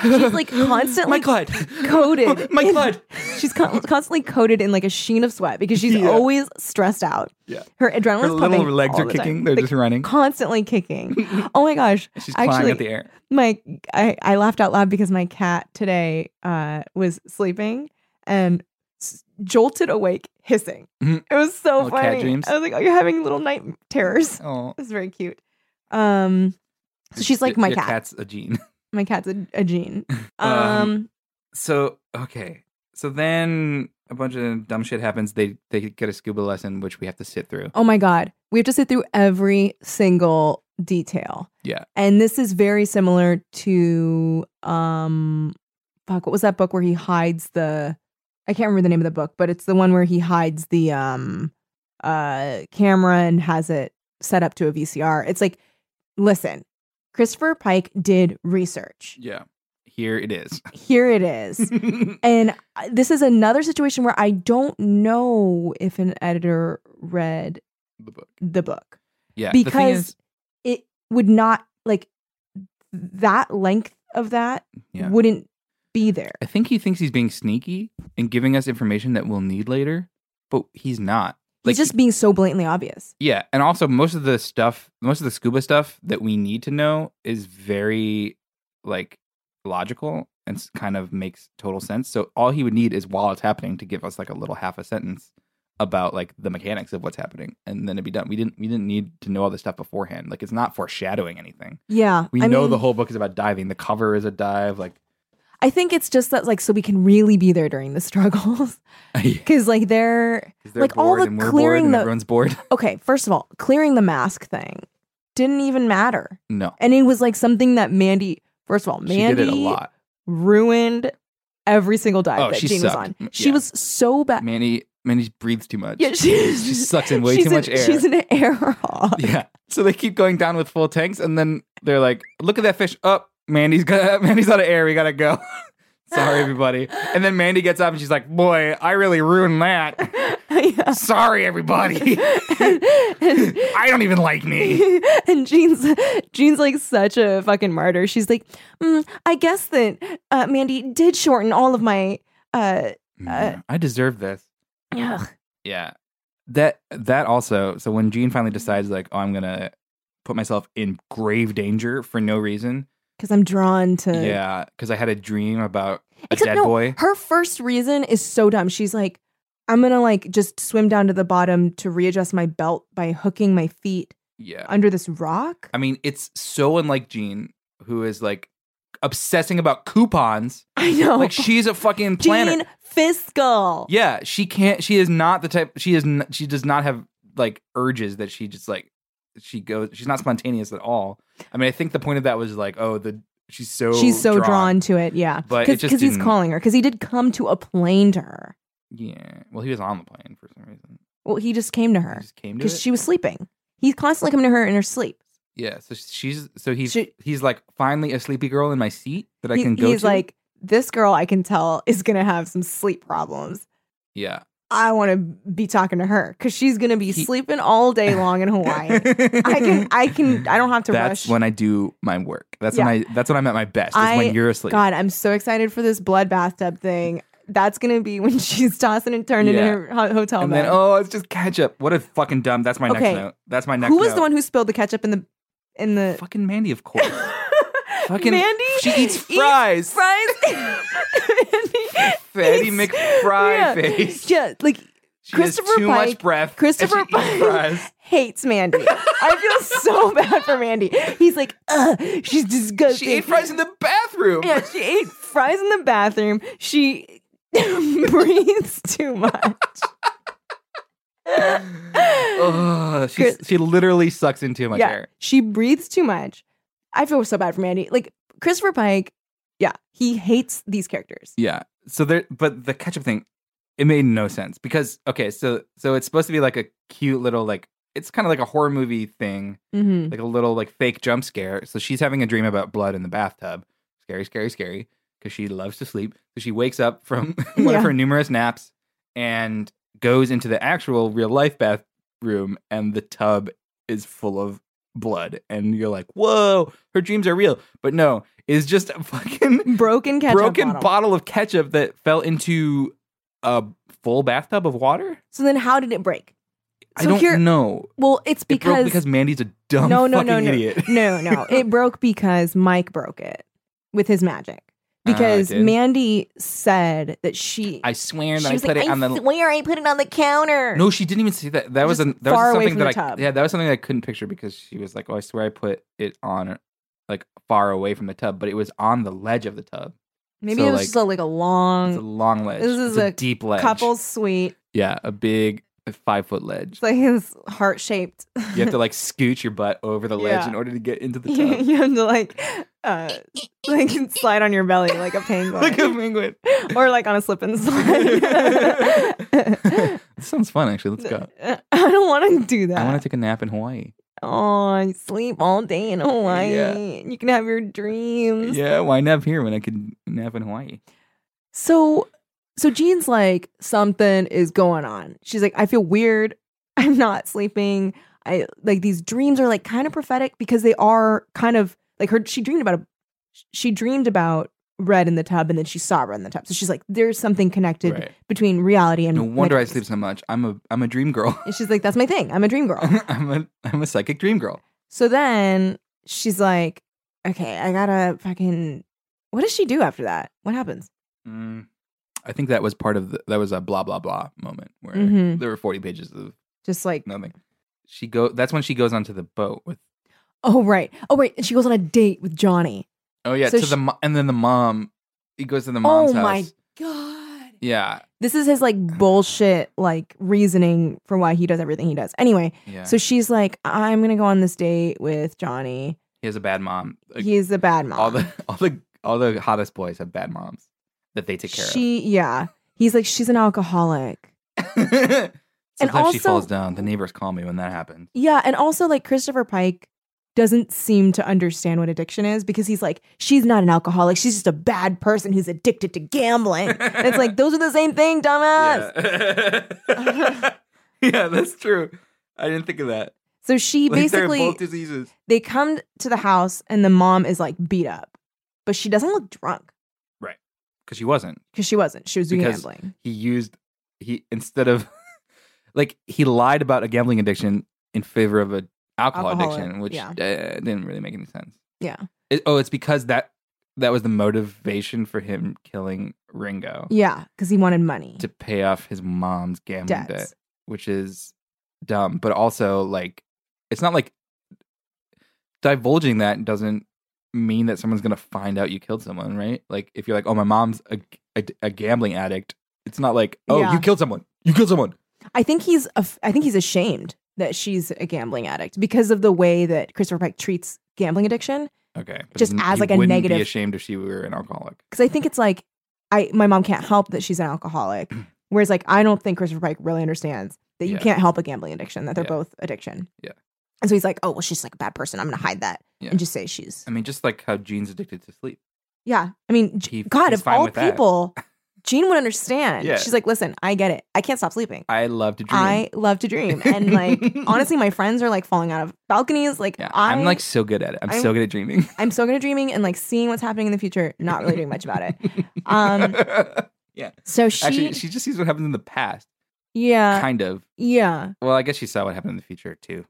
she's like constantly My Clyde. coated My in- Clyde. She's con- constantly coated in like a sheen of sweat because she's Yeah. always stressed out. Yeah. Her adrenaline Her is little pumping legs all are the time. kicking. They're Like, just running. constantly kicking. Oh my gosh. She's clawing Actually, at the air. my I, I laughed out loud because my cat today uh, was sleeping and s- jolted awake hissing. Mhm. It was so Little cat funny. dreams. I was like, oh, you're having little night terrors. Oh, It was very cute. Um, so she's like my Your cat. Cat's a gene. my cat's a, a gene. Um, Uh-huh. so okay so then a bunch of dumb shit happens they they get a scuba lesson which we have to sit through oh my god, we have to sit through every single detail. Yeah. and this is very similar to um, fuck, what was that book where he hides the? I can't remember the name of the book, but it's the one where he hides the um, uh, camera and has it set up to a VCR. It's like, listen, Christopher Pike did research. yeah here it is Here it is. And I- this is another situation where I don't know if an editor read the book the book yeah the thing because is it would not like that length of that Yeah. wouldn't be there. i think he thinks he's being sneaky and giving us information that we'll need later but he's not It's just being so blatantly obvious. yeah and also most of the stuff most of the scuba stuff that we need to know is very like logical and s- kind of makes total sense so all he would need is while it's happening to give us like a little half a sentence about like the mechanics of what's happening and then it'd be done we didn't we didn't need to know all this stuff beforehand like it's not foreshadowing anything Yeah, we I know the mean, whole book is about diving the cover is a dive like I think it's just that like so we can really be there during the struggles because like they're 'Cause they're Like, all bored the and we're bored clearing and the- everyone's bored okay. First of all, clearing the mask thing didn't even matter, no and it was like something that Mandy. First of all, Mandy she did it a lot ruined every single dive Oh, that she Gene was sucked. on. M- She yeah. was so bad. manny manny breathes too much uh Yeah, she, she sucks in way she's too an- much air She's an air hog. Yeah. So they keep going down with full tanks, and then they're like, "Look at that fish up, Mandy's got Mandy's out of air. We gotta go. Sorry, everybody." And then Mandy gets up and she's like, "Boy, I really ruined that. Yeah. Sorry, everybody. and, I don't even like me." and Jean's Jean's like such a fucking martyr. She's like, "Mm, I guess that uh, Mandy did shorten all of my. Uh, Mm, I deserve this. ugh." Yeah. That that also. So when Gene finally decides, like, "Oh, I'm gonna put myself in grave danger for no reason," Because I'm drawn to. yeah, because I had a dream about a Except dead no, boy. Her first reason is so dumb. She's like, I'm gonna like just swim down to the bottom to readjust my belt by hooking my feet Yeah. under this rock. I mean, it's so unlike Jean, who is like obsessing about coupons. I know. Like she's a fucking planner. Gene Fiscal. Yeah, she can't. She is not the type. She is. N- she does not have like urges that she just like. She goes. She's not spontaneous at all. I mean, I think the point of that was like, oh, the she's so She's so drawn. to it, yeah. But it just Because he's didn't- calling her, because he did come to a plane to her. Yeah. Well, he was on the plane for some reason. Well, he just came to He her just came to it. because she was sleeping. He's constantly coming to her in her sleep. yeah. So she's. So he's. She- he's like finally a sleepy girl in my seat that I He- can go. he's to. like, this girl I can tell is gonna have some sleep problems. yeah. I want to be talking to her because she's gonna be He- sleeping all day long in Hawaii. I can, I can, I don't have to that's rush. when I do my work. That's when I that's when I'm at my best. Is I- when you're asleep. God, I'm so excited for this blood bathtub thing. That's gonna be when she's tossing and turning Yeah. in her ho- hotel and bed. then oh, it's just ketchup. What a fucking dumb. That's my Okay. next note. That's my next. who was note. the one who spilled the ketchup in the in the Fucking Mandy, of course. fucking Mandy She eats fries. fries. Fatty eats- McFry yeah. face. Yeah, like She has Christopher too Pike- much breath. and Christopher she eats Pike fries. hates Mandy. I feel so bad for Mandy. He's like, Ugh, she's disgusting. She ate fries in the bathroom. Yeah, she ate fries in the bathroom. She breathes too much. Ugh, she, Chris- she literally sucks in too much yeah, air. she breathes too much. I feel so bad for Mandy. Like Christopher Pike, yeah, he hates these characters. Yeah. So there, but the ketchup thing, it made no sense because okay, so so it's supposed to be like a cute little like it's kind of like a horror movie thing, Mm-hmm. like a little like fake jump scare. So she's having a dream about blood in the bathtub, scary, scary, scary, because she loves to sleep. So she wakes up from one Yeah. of her numerous naps and goes into the actual real life bathroom, and the tub is full of blood, and you're like, whoa, her dreams are real, but no, it's just a fucking Broken ketchup broken bottle. bottle. of ketchup that fell into a full bathtub of water. so then, how did it break? I So don't here- know. Well, it's It broke because because Mandy's a dumb No, no, fucking no, no. idiot. no, no, it broke because Mike broke it with his magic. I because Ah, did. Mandy said that she. I swear she that I was put like, it I on the swear I put it on the counter. No, she didn't even see that. That was Just an, that far was away something from that the I tub. yeah, that was something that I couldn't picture because she was like, "Oh, I swear I put it on like far away from the tub, but it was on the ledge of the tub. Maybe so, it was like, just a, like a long It's a long ledge. This is It's a, a deep ledge. couple suite. yeah, a big five foot ledge. It's like his heart shaped. you have to like scoot your butt over the ledge Yeah. in order to get into the tub, you have to like, uh, like slide on your belly like a penguin, like a penguin. or like on a slip and slide. this sounds fun, actually. Let's go. I don't want to do that. I want to take a nap in Hawaii. Oh, I sleep all day in Hawaii. Yeah. You can have your dreams. Yeah, why nap here when I can nap in Hawaii? So, so Jean's like, something is going on. She's like, I feel weird. I'm not sleeping. I like these dreams are like kind of prophetic because they are kind of like her. She dreamed about a, she dreamed about red in the tub and then she saw red in the tub. So she's like, there's something connected Right. between reality and No wonder my I dreams. sleep so much. I'm a I'm a dream girl. And she's like, that's my thing. I'm a dream girl. I'm a I'm a psychic dream girl. So then she's like, okay, I gotta fucking. What does she do after that? What happens? Mm. I think that was part of the, that was a blah blah blah moment where Mhm. there were forty pages of Just like, nothing. She go. That's when she goes onto the boat with. oh, right. Oh, right. And she goes on a date with Johnny. Oh yeah, So to she- the mo- and then the mom. He goes to the mom's oh, house. my God. Yeah, This is his like bullshit, like reasoning for why he does everything he does. Anyway, yeah. so she's like, I'm gonna go on this date with Johnny. he has a bad mom. Like, He's a bad mom. all the all the all the hottest boys have bad moms that they take care she, yeah. He's like, she's an alcoholic. of. Sometimes also- she falls down. The neighbors call me when that happens. Yeah, and also like Christopher Pike doesn't seem to understand what addiction is because he's like, she's not an alcoholic, she's just a bad person who's addicted to gambling. and it's like those are the same thing, dumbass. Yeah. yeah, that's true. I didn't think of that. So she Like, they're basically both diseases. they come to the house and the mom is like beat up, but she doesn't look drunk because she wasn't. because she wasn't. She was doing Because- gambling. He used he instead of like he lied about a gambling addiction in favor of a alcohol Alcoholic, addiction, which yeah. uh, didn't really make any sense. Yeah. It- oh, it's because that that was the motivation for him killing Ringo Yeah, because he wanted money. to pay off his mom's gambling Debts. debt, which is dumb. But also, like, it's not like divulging that doesn't mean that someone's gonna find out you killed someone, right? Like, if you're like, oh, my mom's a, a, a gambling addict, it's not like, oh, Yeah. you killed someone, you killed someone. I think he's af- I think he's ashamed that she's a gambling addict because of the way that Christopher Pike treats gambling addiction. Okay, but Just he- as, he like, a wouldn't negative- Be ashamed if she were an alcoholic. because I think it's like I my mom can't help that she's an alcoholic. Whereas like I don't think Christopher Pike really understands that you Yeah. can't help a gambling addiction that they're Yeah. both addiction. Yeah. And so he's like, oh well, she's like a bad person. I'm gonna hide that Yeah. and just say she's I mean, just like how Gene's addicted to sleep. yeah. I mean, J- He- God, he's of fine all with that. people, Jean would understand. Yeah. She's like, listen, I get it. I can't stop sleeping. I love to dream. I love to dream, and like honestly, my friends are like falling out of balconies. Like yeah, I, I'm like so good at it. I'm, I'm- so good at dreaming. I'm so good at dreaming and like seeing what's happening in the future. Not really doing much about it. Um, So she, Uh Actually, she just sees what happens in the past, yeah, kind of. yeah. Well, I guess she saw what happened in the future too.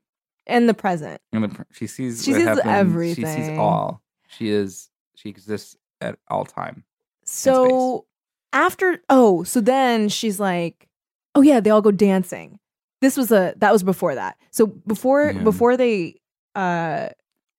and the present. In the pr- she sees. She what sees happened. She sees everything. all. She is. She exists at all time. So after oh, so then she's like, "Oh yeah, they all go dancing." This was a that was before that. So before Yeah. before they uh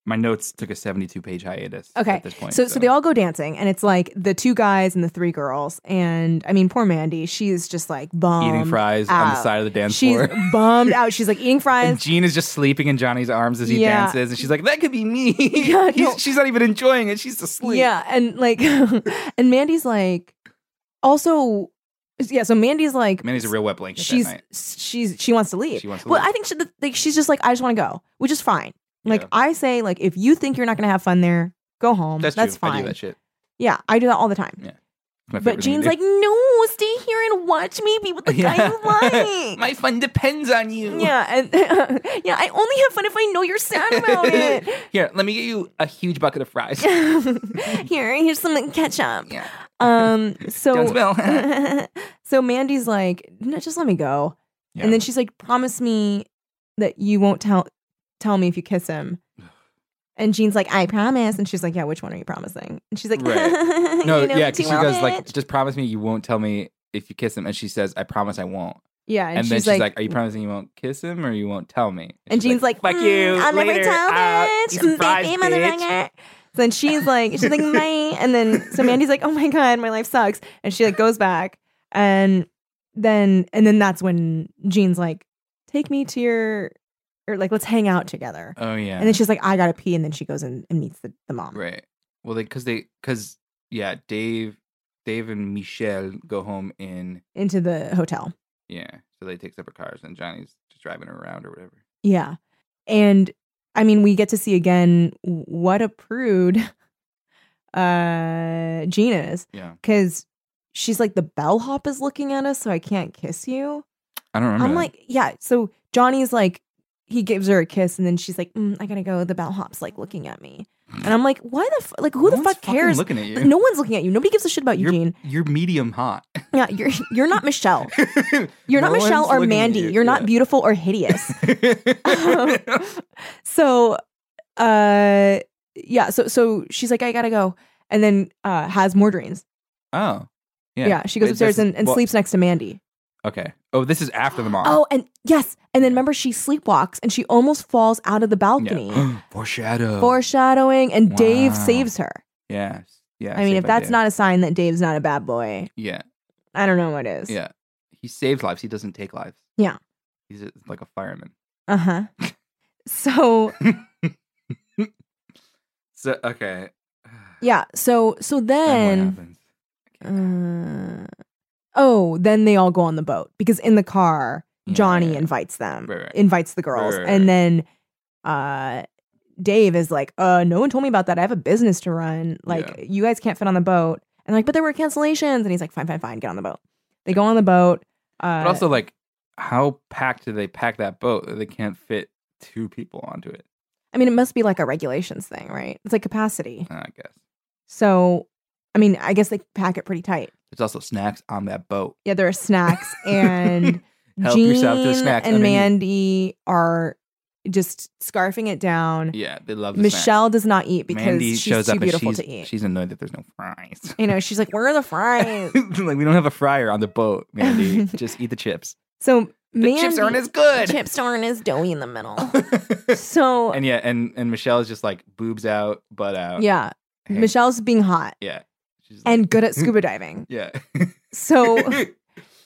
My notes took a seventy-two page hiatus. Okay, At this point, so so they all go dancing and it's like the two guys and the three girls and I mean poor Mandy, she's just like bummed. eating fries on the out. side of the dance She's floor. bummed out. She's like eating And fries. Gene is just sleeping in Johnny's arms as he Yeah. dances, and she's like, "That could be me." Yeah, He's- no. She's not even enjoying it; she's asleep. Yeah, and like and Mandy's like also yeah, so Mandy's like Manny's a real wet blanket she's that night. she's she wants to leave. She wants to well, leave. I think she, like she's just like I just want to go, which is fine. Like Yeah. I say, like if you think you're not gonna have fun there, go home. That's, that's, true. fine. I do that shit. Yeah, I do that all the time. It's my but favorite thing Jean's to do. like, no, stay here and watch me be with the guy you like. My fun depends on you. yeah, and yeah, I only have fun if I know you're sad about Here, let me get you a huge bucket of fries. it. here, here's some ketchup. yeah. Um, Don't so smell. so Mandy's like, no, just let me go. Yeah. And then she's like, promise me that you won't tell tell me if you kiss him. And Jean's like, I promise. And she's like, Yeah, which one are you promising? And she's like, Right. No, you know yeah, too because she goes like, much." just promise me you won't tell me if you kiss him, and she says, I promise I won't. Yeah. And, And, then she's, she's like, like, Are you promising you won't kiss him or you won't tell me? And Jean's like, Fuck you. "Mm, I'll never later, tell out, bitch. you Mm, surprise baby, bitch." motherfucker." Then she's like, she's like, my. And then so Mandy's like, oh my god, my life sucks. And she like goes back, and then and then that's when Jean's like, take me to your, or like let's hang out together. Oh yeah. And then she's like, I gotta pee. And then she goes and, and meets the, the mom. Right. Well, they because they because yeah, Dave, Dave and Michelle go home in into the hotel. yeah. So they take separate cars, and Johnny's just driving her around or whatever. Yeah. And I mean, we get to see again what a prude uh Jean is. Yeah. Cause she's like, the bellhop is looking at us, so I can't kiss you. I don't remember. I'm that. like, yeah. So Johnny's like, he gives her a kiss, and then she's like, mm, I gotta go. The bellhop's like looking at me. And I'm like, why the f-? like who No the one's fuck fucking cares? Looking at you. No one's looking at you. Nobody gives a shit about you, You're- Jean. You're medium hot. Yeah, you're you're not Michelle. You're not No Michelle one's or looking at Mandy. you. You. are not Yeah. beautiful or hideous. Um, so uh yeah so so she's like i gotta go and then uh has more dreams oh. yeah, Yeah. she goes Wait, upstairs this is- and, and well, sleeps next to mandy Okay. Oh, this is after the mom. oh and yes and then remember she sleepwalks and she almost falls out of the balcony Yeah. Foreshadow. foreshadowing and dave Wow. saves her yes. Yeah. i mean saved if by that's Dave. not a sign that dave's not a bad boy Yeah. i don't know what is Yeah. He saves lives. He doesn't take lives. Yeah. He's a, like a fireman. uh-huh so So okay. yeah so so Then what then happens? Uh, oh, then they all go on the boat because in the car, Yeah, Johnny yeah. invites them, Right, right. invites the girls, Right, right, and then uh, Dave is like, "Uh, no one told me about that. I have a business to run. Like, Yeah. you guys can't fit on the boat." And like, but there were cancellations, and he's like, "Fine, fine, fine, get on the boat." They go on the boat. Uh, But also, like, how packed do they pack that boat that they can't fit two people onto it? I mean, it must be like a regulations thing, right? It's like capacity. I guess. So, I mean, I guess they pack it pretty tight. There's also snacks on that boat. Yeah, there are snacks and. Help Jean yourself to snacks. and underneath. Mandy are just scarfing it down. Yeah, they love the Michelle snacks. does not eat because Mandy she's shows too up beautiful and she's, to eat. She's annoyed that there's no fries. you know, she's like, "Where are the fries?" like we don't have a fryer on the boat, Mandy. Just eat the chips. So The chips aren't as good. Chips aren't as doughy in the middle. so and yeah, and and Michelle is just like boobs out, butt out. yeah, Hey. Michelle's being hot Yeah. She's like- and good at scuba diving. yeah. So and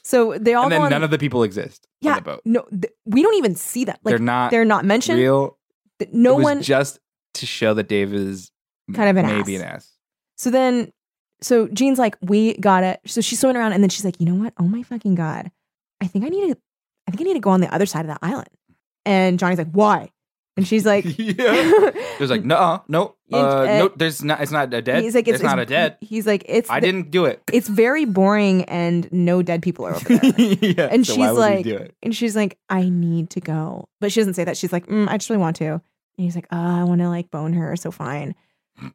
so they all go then on- none of the people exist Yeah, on the boat. no, th- we don't even see them. Like they're not they're not mentioned. real. Th- No it was one. just to show that Dave is Kind of an maybe ass. an ass. So then, so Jean's like, we got it. So she's swimming around, and then she's like, you know what? Oh my fucking god, I think I need to, I think I need to go on the other side of that island. And Johnny's like, why? And she's like, yeah. It was like, no, no, And, uh, uh, no. There's not. It's not a dead. he's like, it's, not a dead. He's like, it's, I didn't do it. it's very boring, and no dead people are over there. yeah. And so she's why would like- we do it? and she's like, I need to go, but she doesn't say that. She's like, mm, I just really want to. And he's like, oh, I want to like bone her, so fine.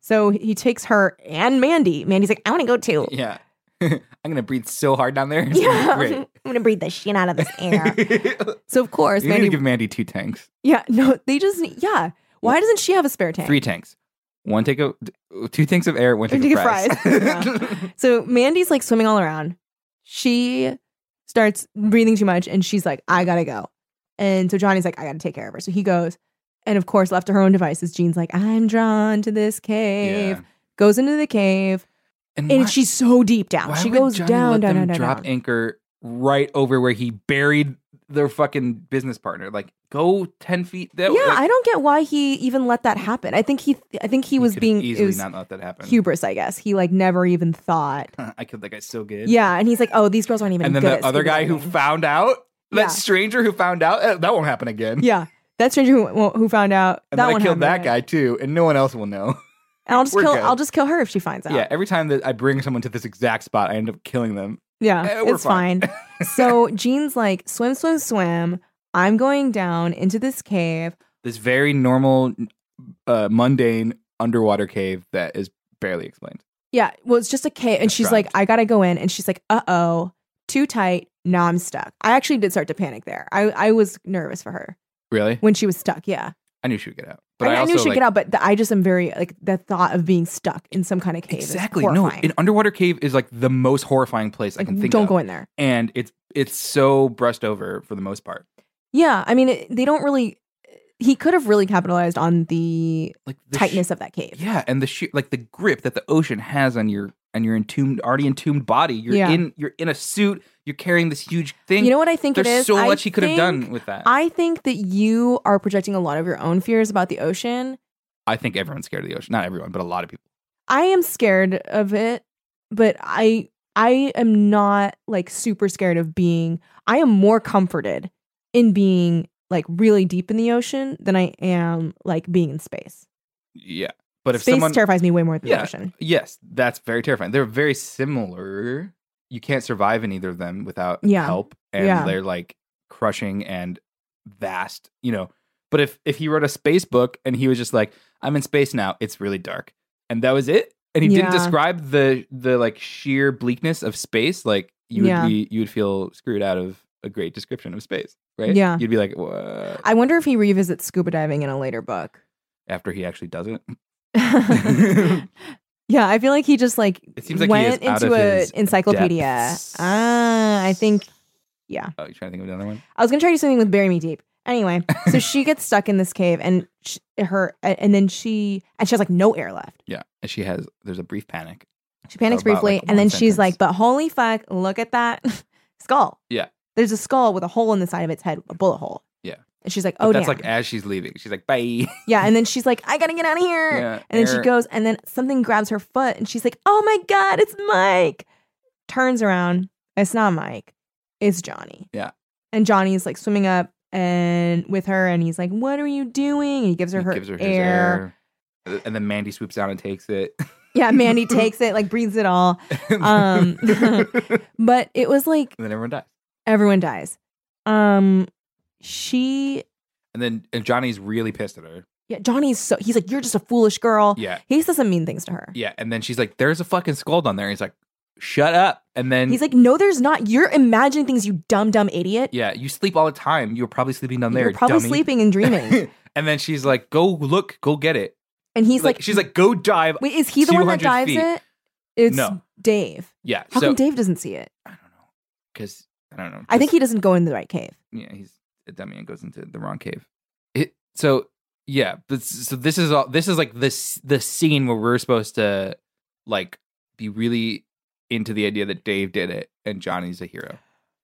So he takes her and Mandy. Mandy's like, I want to go too. yeah. I'm gonna breathe so hard down there. It's Yeah, gonna be great. I'm gonna breathe the shit out of this air. you So of course, need Mandy. to give Mandy two tanks, yeah, no, they just yeah. Why doesn't she have a spare tank? three tanks, one take of two tanks of air, one One tank, of tank of fries. fries. So Mandy's like swimming all around. She starts breathing too much, and she's like, "I gotta go." And so Johnny's like, "I gotta take care of her." So he goes, and of course, left to her own devices, Jean's like, "I'm drawn to this cave." Yeah. Goes into the cave, And, and why- she's so deep down. why She would goes Johnny down, let down, them down, down, Drop down. anchor right over where he buried their fucking business partner. Like, go ten feet. That, yeah, like, I don't get why he even let that happen. I think he, I think he, was could've being it easily was not let that happen. hubris, I guess. He like never even thought. I killed that guy so good. Yeah, and he's like, "Oh, these girls aren't even." And then good the at other scuba guy who diving. found out, that Yeah. stranger who found out, eh, that won't happen again. yeah, that stranger who well, who found out And that then I one killed that happened, right? guy too, and no one else will know. And I'll just We're kill. good. I'll just kill her if she finds out. Yeah, every time that I bring someone to this exact spot, I end up killing them. yeah, Eh, we're it's fine. so Jean's like, swim, swim, swim. I'm going down into this cave. This very normal, uh, mundane underwater cave that is barely explained. Yeah, well, it's just a cave, and she's like, Described. "I gotta go in," and she's like, "Uh oh, too tight. Now I'm stuck." I actually did start to panic there. I I was nervous for her Really? when she was stuck. Yeah, I knew she would get out. But I, I, mean, I also knew she'd like, get out, but the, I just am very like the thought of being stuck in some kind of cave. is Exactly. No, horrifying. an underwater cave is like the most horrifying place I Like, can think don't of. go in there. and it's it's so brushed over for the most part. Yeah, I mean, it, they don't really. He could have really capitalized on the, Like the sh- tightness of that cave. yeah, and the sheer like the grip that the ocean has on your on your entombed already entombed body. You're Yeah. in you're in a suit. You're carrying this huge thing. You know what I think There's it is. so I much he could have think- done with that. I, I think that you are projecting a lot of your own fears about the ocean. think everyone's scared of the ocean. Not everyone, but a lot of people. I am scared of it, but I I am not like super scared of being. I am more comforted in being like really deep in the ocean than I am like being in space. Yeah, but if space someone terrifies me way more than the Yeah. ocean. yes, that's very terrifying. They're very similar. You can't survive in either of them without Yeah. help, and Yeah. they're like crushing and vast. You know, but if if he wrote a space book and he was just like, "I'm in space now. It's really dark," and that was it, and he Yeah. didn't describe the the like sheer bleakness of space, like you Yeah. would be you would feel screwed out of a great description of space, right? Yeah. you'd be like, "What?" I wonder if he revisits scuba diving in a later book. After he actually does it, yeah, I feel like he just like It seems like he went is out into of an his encyclopedia. depths. Ah, I think oh, you trying to think of another one? I was gonna try to do something with bury me deep. Anyway, so she gets stuck in this cave, and sh her, and then she, and she has like no air left. Yeah, and she has. There's a brief panic. She panics About, like, briefly, one and then she's sentence. like, "But holy fuck, look at that skull! Yeah. there's a skull with a hole in the side of its head, a bullet hole. Yeah. and she's like, But "Oh that's damn, like as she's leaving. She's like, bye. yeah." And then she's like, "I gotta get out of here." Yeah, And then she err. goes, and then something grabs her foot, and she's like, "Oh my god, it's Mike!" Turns around, it's not Mike, it's Johnny. Yeah. and Johnny's like swimming up and with her, and he's like, "What are you doing?" And he gives her He her, gives her his air. air. Uh, And then Mandy swoops down and takes it. Yeah, Mandy takes it, like breathes it all, Um, and then but it was like everyone dies. everyone dies. Um, she, And then and Johnny's really pissed at her. yeah, Johnny's so he's like, "You're just a foolish girl." Yeah. He says some mean things to her. Yeah. And then she's like, there's a fucking skull down there. He's like, shut up. And then He's like, "No, there's not. You're imagining things, you dumb dumb idiot. yeah, you sleep all the time. You were probably sleeping down there. You're probably dummy." sleeping and dreaming." and then she's like, go look, go get it. And he's like, she's like, go dive. wait, is he the one that 200 dives feet. it? It's No. Dave. Yeah. How so come Dave doesn't see it? I don't know. Because I don't know. I think Just- he doesn't go in the right cave. yeah, he's a dummy and goes into the wrong cave. It, so yeah, but so this is all this is like this the scene where we're supposed to like be really into the idea that Dave did it and Johnny's a hero.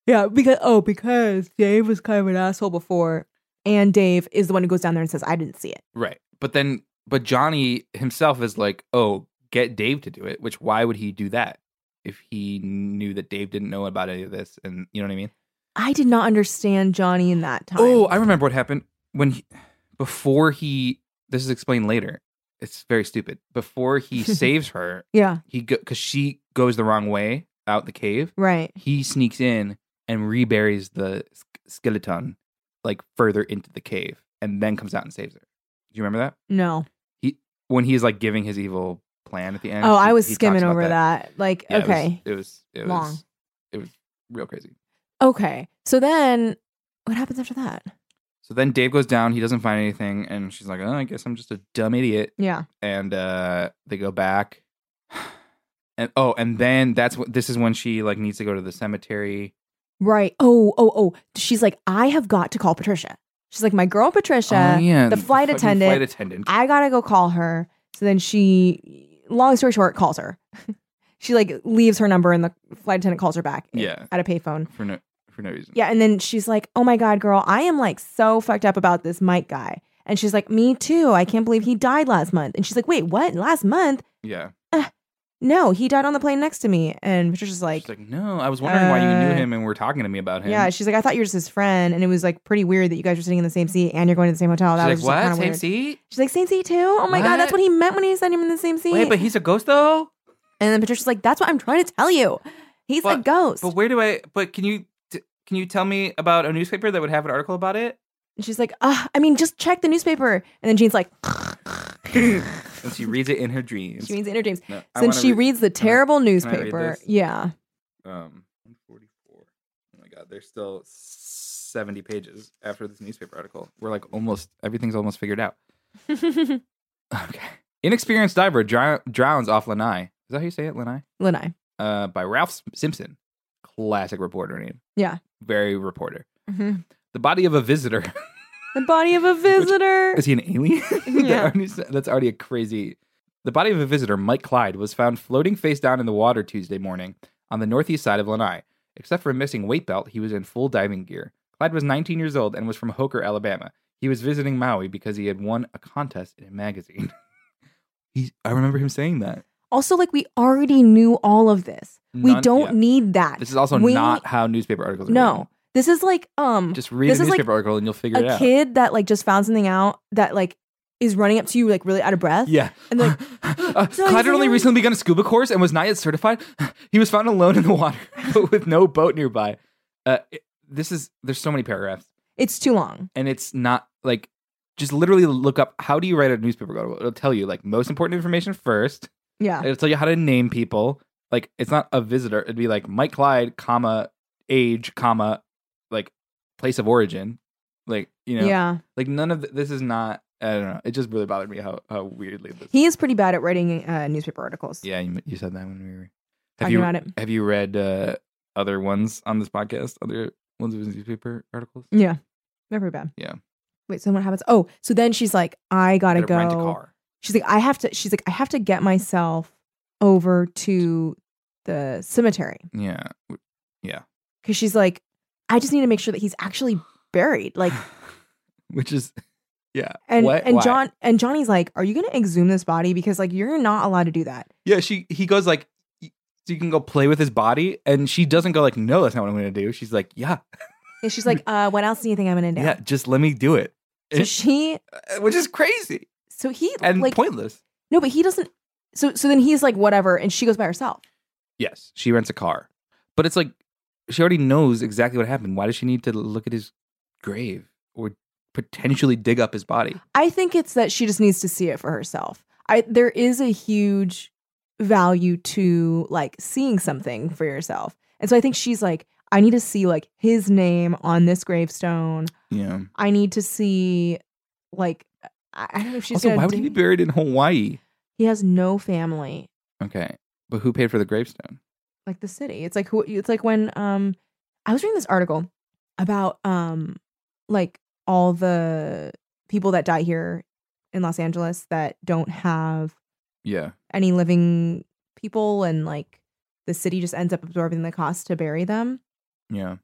Yeah, because oh, because Dave was kind of an asshole before, and Dave is the one who goes down there and says, "I didn't see it." Right. But then but Johnny himself is like, "Oh, get Dave to do it," which why would he do that if he knew that Dave didn't know about any of this and you know what I mean? I did not understand Johnny in that time. Oh, I remember what happened when he, before he this is explained later. It's very stupid. Before he saves her, yeah, he go because she goes the wrong way out the cave. right. He sneaks in and reburies the s- skeleton like further into the cave, and then comes out and saves her. Do you remember that No. when he's like giving his evil plan at the end? oh, I he- was he talks skimming about over that. Like, Yeah, it was- okay, it was it was, Long. It was real crazy. okay. So then, what happens after that? So then Dave goes down. He doesn't find anything, and she's like, "Oh, I guess I'm just a dumb idiot." Yeah, and uh they go back and oh and then that's what this is when she like needs to go to the cemetery right. Oh, oh, oh. She's like, I have got to call Patricia. She's like, my girl Patricia. Oh, yeah the flight fucking attendant. flight attendant I gotta go call her. So then she, long story short, calls her. she like leaves her number and the flight attendant calls her back. Yeah. At a payphone. for no for no reason Yeah. And then she's like, oh my God, girl, I am like so fucked up about this Mike guy. And she's like, me too. I can't believe he died last month. And she's like, wait, what? Last month? yeah No, he died on the plane next to me. And Patricia's like, like, like no i was wondering why you uh, knew him and were talking to me about him yeah. She's like, I thought you were just his friend. And it was like pretty weird that you guys were sitting in the same seat and you're going to the same hotel. she's That like was what kind of same weird. seat She's like, same seat too? Oh my God, that's What? what he meant when he said him in the same seat. wait but he's a ghost though And then Patricia's like, "That's what I'm trying to tell you. He's a But- ghost." but where do i but can you t- can you tell me about a newspaper that would have an article about it and she's like, "Ah, I mean, just check the newspaper." And then Jean's like, and she reads it in her dreams "She means inner dreams." No, I Since wanna she read- reads the terrible I read newspaper, this? yeah, um 144 oh my god they're still s- 70 pages after this newspaper article. We're like almost, everything's almost figured out. Okay. Inexperienced Diver dr- Drowns Off Lanai. Is that how you say it, Lanai? Lanai. Uh, by Ralph S- Simpson. Classic reporter name. Yeah. Very reporter. Mhm. The body of a visitor. The body of a visitor. Is he an alien? That Yeah. already sa- That's already a crazy. The body of a visitor, Mike Clyde, was found floating face down in the water Tuesday morning on the northeast side of Lanai. Except for a missing weight belt, he was in full diving gear. Clyde was 19 years old and was from Hoker, Alabama. He was visiting Maui because he had won a contest in a magazine. he, I remember him saying that. also, like, we already knew all of this. we None- don't yeah. need that. This is also We- not how newspaper articles are No. This is like um written. Just read This a is like newspaper article and you'll figure it a out. kid that like just found something out that like is running up to you like really out of breath. Yeah. And like, uh, so Clyde he's had only alone. recently begun a scuba course and was not yet certified. he was found alone in the water, but with no boat nearby. Uh, it- this is there's so many paragraphs, it's too long. and it's not like just literally look up how do you write a newspaper article. It'll tell you like most important information first. Yeah. It'll tell you how to name people. Like it's not a visitor. It'd be like Mike Clyde, comma age, comma like place of origin. Like you know, Yeah. like none of th- this is not. I don't know. It just really bothered me how, how weirdly this. He is pretty bad at writing uh, newspaper articles. Yeah, you, you said that when we were have Talking you, about it. Have you read uh, other ones on this podcast? Other ones of his newspaper articles? Yeah. They're pretty bad. Yeah. Wait, so what happens? Oh, so then she's like, I gotta Gotta go. Rent a car. She's like, I have to she's like, I have to get myself over to the cemetery. Yeah, Cause she's like, I just need to make sure that he's actually buried. Like which is yeah. and What? and Why? John and Johnny's like, Are you gonna exhume this body? Because like you're not allowed to do that. Yeah, she he goes like, "Y- so you can go play with his body, and she doesn't go like, no, that's not what I'm going to do. She's like, yeah, And she's like, uh, what else do you think I'm gonna do? yeah, just let me do it, So she Uh, which is crazy so he and like pointless. no, but he doesn't so so then he's like whatever and she goes by herself. Yes, she rents a car, but it's like she already knows exactly what happened. Why does she need to look at his grave or potentially dig up his body? I think it's that she just needs to see it for herself. I there is a huge value to like seeing something for yourself. And so I think she's like I need to see like his name on this gravestone. Yeah. I need to see like I I don't know if she's also, gonna why would do- he be buried in Hawaii? He has no family. Okay, but who paid for the gravestone? Like the city. It's like who it's like when um I was reading this article about um like all the people that die here in Los Angeles that don't have Yeah, any living people and like the city just ends up absorbing the cost to bury them yeah.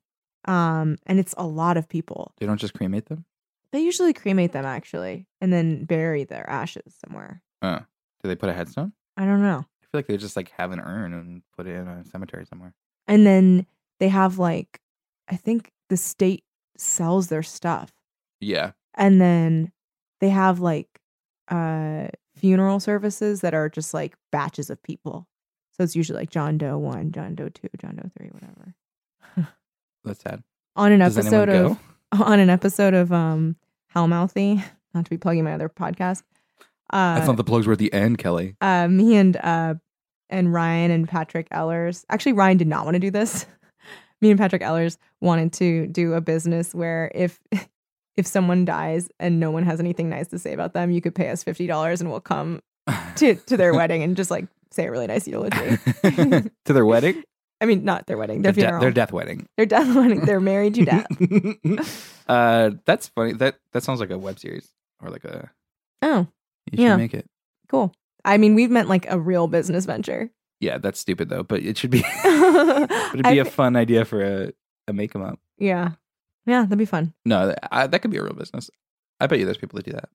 um and it's a lot of people They don't just cremate them. they usually cremate them actually and then bury their ashes somewhere Do they put a headstone? i don't know I feel like they just like have an urn and put it in a cemetery somewhere. and then they have like i think the state sells their stuff Yeah, and then they have like uh funeral services that are just like batches of people so it's usually like john doe 1 john doe 2 john doe 3 whatever that's sad. on an Does anyone episode of go? on an episode of um Hellmouthy, not to be plugging my other podcast. I Uh, thought the plugs were at the end, Kelly. uh me and uh and Ryan and Patrick Ellers. Actually Ryan did not want to do this. me and Patrick Ellers wanted to do a business where if if someone dies and no one has anything nice to say about them, you could pay us fifty dollars and we'll come to to their wedding and just like say a really nice eulogy. to their wedding, I mean, not their wedding, their de- funeral. their death wedding. Their death wedding. They're married to death. uh, that's funny. That that sounds like a web series or like a. Oh, You should Yeah. make it. cool. I mean, we've meant like a real business venture. Yeah, that's stupid though. But it should be. It'd I be a thi- fun idea for a a make 'em up. yeah, yeah, that'd be fun. No, th- I, that could be a real business. I bet you there's people that do that.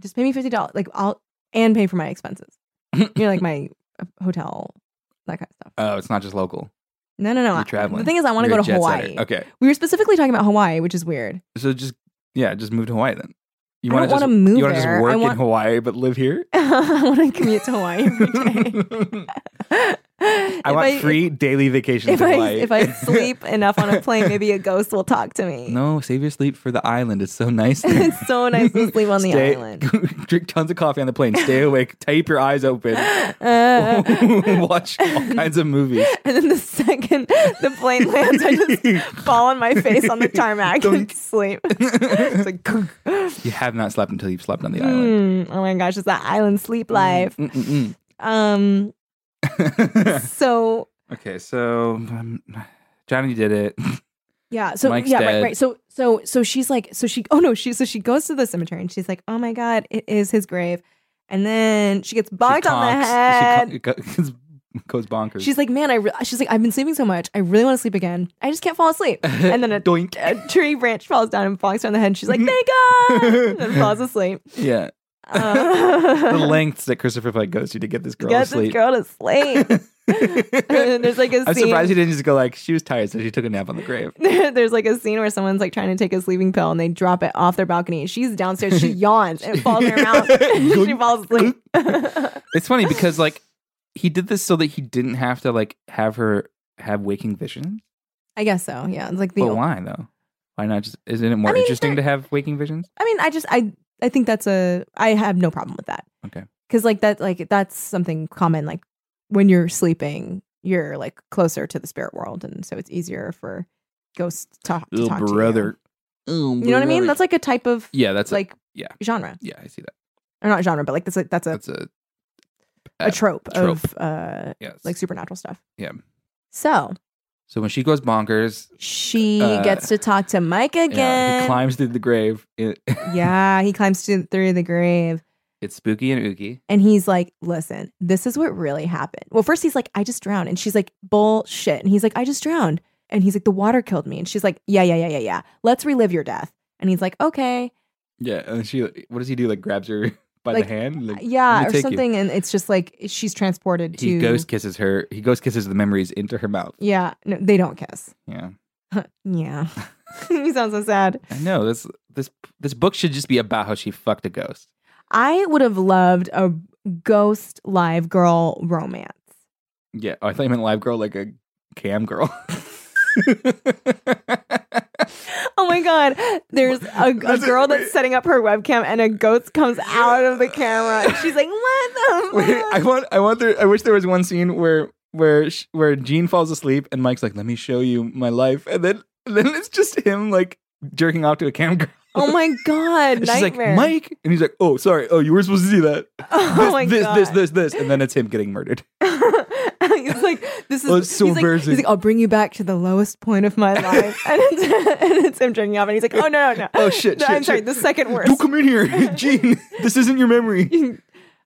Just pay me fifty dollars, like I'll and pay for my expenses. you know, like my uh, hotel, that kind of stuff. Oh, it's not just local. No, no, no. You're I- traveling. The thing is, I want to You're go a to jet Hawaii. setter. Oh. Okay, We were specifically talking about Hawaii, which is weird. so just yeah, just move to Hawaii then. You I wanna don't want to just- move You wanna there. just work I in want. Hawaii but live here? I want to commute to Hawaii every day. If I want free daily vacations If to I Hawaii. if I sleep enough on a plane, maybe a ghost will talk to me. No, save your sleep for the island. It's so nice. there. it's so nice to sleep on the Stay- island. drink tons of coffee on the plane. Stay awake. Tape your eyes open. Uh, Watch all kinds of movies. and then the second the plane lands, I just fall on my face on the tarmac and sleep. It's like, You have not slept until you've slept on the island. mm, oh my gosh, it's that island Mm, sleep life. Mm-mm-mm. Um, so okay, so um, Johnny did it. Oh, Yeah. So Mike's yeah, dead. right, right. So so so she's like, so she oh no, she so she goes to the cemetery and she's like, oh my god, it is his grave, and then she gets bonked She on the conks. head. She con- goes, goes bonkers. she's like, man, I re-, she's like, I've been sleeping so much, I really want to sleep again. I just can't fall asleep. And then a, Doink. a tree branch falls down and bonks her on the head. And she's like, thank God, and then falls asleep. yeah. The Uh, lengths that Christopher Pike goes to to get this girl to Get this sleep. girl to sleep. and there's like a I'm scene. surprised he didn't just go like she was tired, so she took a nap on the grave. there's like a scene where someone's like trying to take a sleeping pill and they drop it off their balcony. She's downstairs. She yawns and it falls in her mouth. she falls asleep. It's funny because like he did this so that he didn't have to like have her have waking visions. I guess so. Yeah. It's like the. But why though? Why not just isn't it more I mean, interesting there- to have waking visions? I mean, I just I I think that's a I have no problem with that. Okay. Because like that like that's something common. Like when you're sleeping, you're like closer to the spirit world, and so it's easier for ghosts to talk. To talk To Oh, you. you know what I mean? That's like a type of Yeah, that's like like yeah. genre yeah, I see that. or not genre, but like that's a, that's a That's a a trope, uh, trope. of uh yes. like supernatural stuff. Yeah. So so when she goes bonkers, She Uh, gets to talk to Mike yeah, he again. climbs through the grave. It- yeah, he climbs to, through the grave it's spooky and ooky. and he's like, listen, this is what really happened. Well, first he's like, I just drowned. And she's like, bullshit. And he's like, I just drowned. And he's like, the water killed me. And she's like, yeah, yeah, yeah, yeah, yeah. Let's relive your death. And he's like, okay. Yeah, and she what does he do? Like grabs her by Like, uh, the hand. Like, let me Yeah, or take you. something. And it's just like she's transported to. He ghost kisses her. He ghost kisses the memories into her mouth. Yeah, no, they don't kiss. Yeah. Yeah. you sound so sad. I know this this this book should just be about how she fucked a ghost. I would have loved a ghost live girl romance. Yeah, oh, I thought you meant live girl, like a cam girl. Oh my god! There's a, a That's it. girl Wait. that's setting up her webcam, and a ghost comes out of the camera. And she's like, "What the?" Wait, I fuck?" want I want there. I wish there was one scene where where sh- where Gene falls asleep and Mike's like, "Let me show you my life," and then and then it's just him like jerking off to a cam girl. oh my god! And she's like, Nightmare. "Mike," and he's like, "Oh, sorry. Oh, you were supposed to see that." Oh this, my this, god! this, this, this, and then it's him getting murdered. he's like, "This is." Oh, it's so he's, like, embarrassing. he's like, "I'll bring you back to the lowest point of my life," and it's, and it's him drinking off, and he's like, "Oh no, no, no!" Oh shit! No, shit I'm sorry, shit. the second worst. Don't come in here, Gene. This isn't your memory.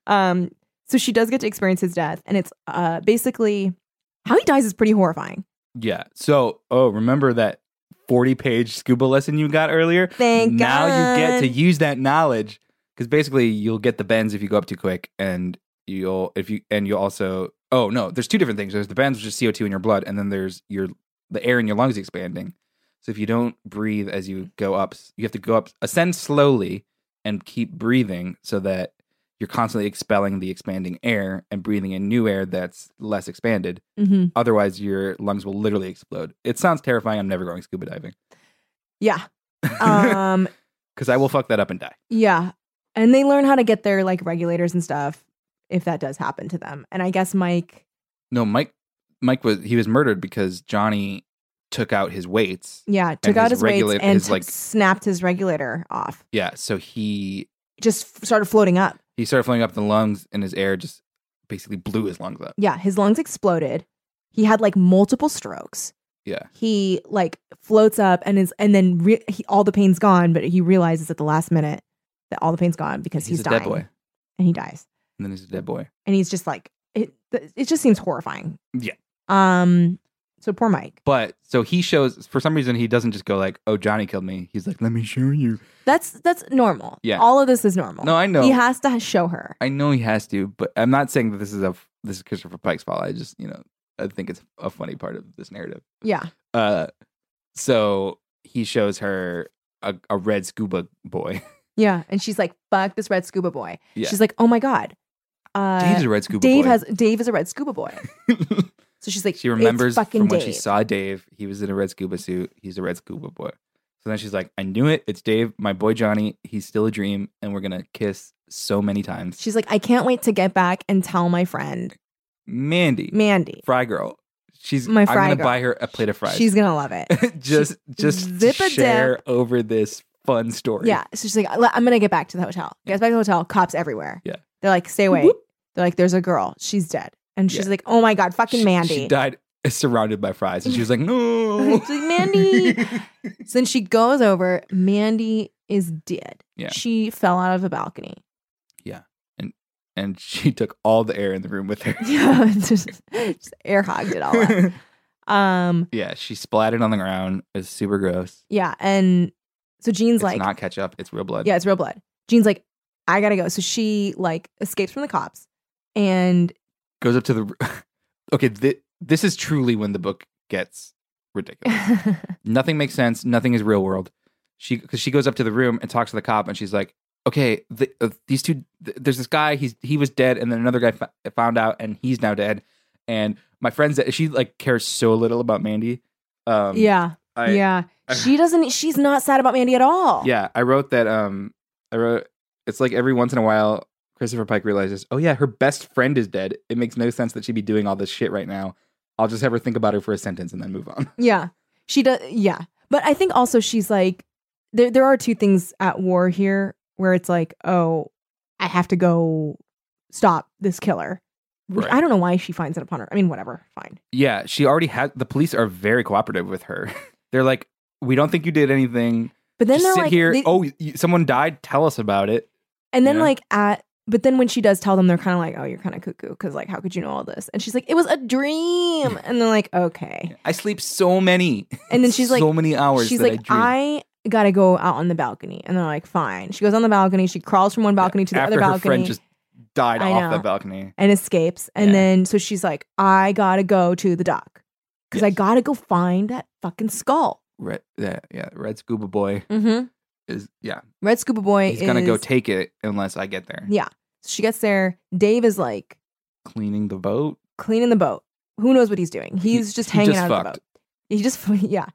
um, so she does get to experience his death, and it's uh basically how he dies is pretty horrifying. Yeah. So, oh, remember that 40 page scuba lesson you got earlier? Thank now you get God. to use that knowledge because basically you'll get the bends if you go up too quick, and you'll, if you, and you'll also, oh no, there's two different things. There's the bends, which is CO2 in your blood, and then there's your, the air in your lungs expanding. So if you don't breathe as you go up, you have to go up, ascend slowly and keep breathing so that you're constantly expelling the expanding air and breathing in new air that's less expanded Mm-hmm. otherwise your lungs will literally explode. It sounds terrifying. I'm never going scuba diving Yeah. Um. because I will fuck that up and die. Yeah. And they learn how to get their like regulators and stuff if that does happen to them. And I guess Mike, No, Mike. Mike was he was murdered because Johnny took out his weights. yeah, took out his his weights regula- and his, t- like- snapped his regulator off. Yeah, so he Just f- started floating up. he started filling up the lungs, and his air just basically blew his lungs up. Yeah, his lungs exploded. He had like multiple strokes. Yeah. He like floats up and is and then re- he, all the pain's gone, but he realizes at the last minute that all the pain's gone because he's, a dying dead boy, and and he dies. then he's a dead boy. And he's just like it th- it just seems horrifying. Yeah. Um so poor Mike. But so he shows for some reason he doesn't just go like, "Oh, Johnny killed me." He's like, "Let me show you." That's that's normal. Yeah. All of this is normal. No, I know. He has to show her. I know he has to, but I'm not saying that this is a this is Christopher Pike's fault. I just you know I think it's a funny part of this narrative. Yeah. Uh, so he shows her a, a red scuba boy. Yeah. And she's like, fuck this red scuba boy. Yeah. She's like, oh my God. Uh, Dave's a red scuba Dave boy. has Dave is a red scuba boy. so she's like, she it's remembers fucking from when she Dave. saw Dave. He was in a red scuba suit. He's a red scuba boy. So then she's like, I knew it. It's Dave, my boy Johnny. He's still a dream, and we're gonna kiss so many times. She's like, I can't wait to get back and tell my friend Mandy, Mandy. fry girl. She's My I'm fry gonna girl. buy her a plate of fries. She's gonna love it. just just zip a share over this fun story. Yeah. So she's like, "Le- I'm gonna get back to the hotel. Gets back to the hotel. Cops everywhere. Yeah. They're like, stay away. They're like, there's a girl. She's dead. And she's Yeah. like, oh my god, fucking She- Mandy. She died surrounded by fries, and she was like, "No, She's like, Mandy. so then she goes over. Mandy is dead. Yeah. She fell out of a balcony. and she took all the air in the room with her. Yeah. just, just air hogged it all up. Um. yeah, she splattered on the ground. It's super gross. Yeah. And so Jean's It's like, not ketchup. It's real blood. Yeah, it's real blood. Jean's like, I gotta go. So she like escapes from the cops, and goes up to the. okay, thi- this is truly when the book gets ridiculous. nothing makes sense. Nothing is real world. She because she goes up to the room and talks to the cop, and she's like, "Okay, the, uh, these two. Th- there's this guy. He's he was dead, and then another guy f- found out, and he's now dead. And my friends, that she like cares so little about Mandy. Um, yeah, I, yeah, I- she doesn't. She's not sad about Mandy at all. Uh-huh. Yeah, I wrote that. Um, I wrote it's like every once in a while, Christopher Pike realizes, oh yeah, her best friend is dead. It makes no sense that she'd be doing all this shit right now. I'll just have her think about her for a sentence and then move on. yeah, she does. Yeah, but I think also she's like, there. There are two things at war here where it's like, oh, I have to go stop this killer. Which Right. I don't know why she finds it upon her. I mean, whatever, fine. Yeah, she already had. The police are very cooperative with her. They're like, we don't think you did anything. But then just they're sit like, here. they- oh, you, someone died. Tell us about it. And then Yeah. like at but then when she does tell them, they're kind of like, "Oh, you're kind of cuckoo," because like, how could you know all this? And she's like, "It was a dream." And they're like, "Okay." I sleep so many. And then she's like, so many hours. she's that like, I, dream. I, gotta go out on the balcony," and they're like, "Fine." She goes on the balcony. She crawls from one balcony to the after other her balcony friend just died I off know. the balcony. and escapes. And Yeah. then so she's like, "I gotta go to the dock because I Yes. gotta go find that fucking skull." Red, yeah, yeah, red scuba boy Mm-hmm. is yeah. Red scuba boy He's is gonna go take it unless I get there. yeah. She gets there. Dave is like Cleaning the boat. cleaning the boat. Who knows what he's doing? He's He- just he hanging just out of fucked. the boat. He just yeah.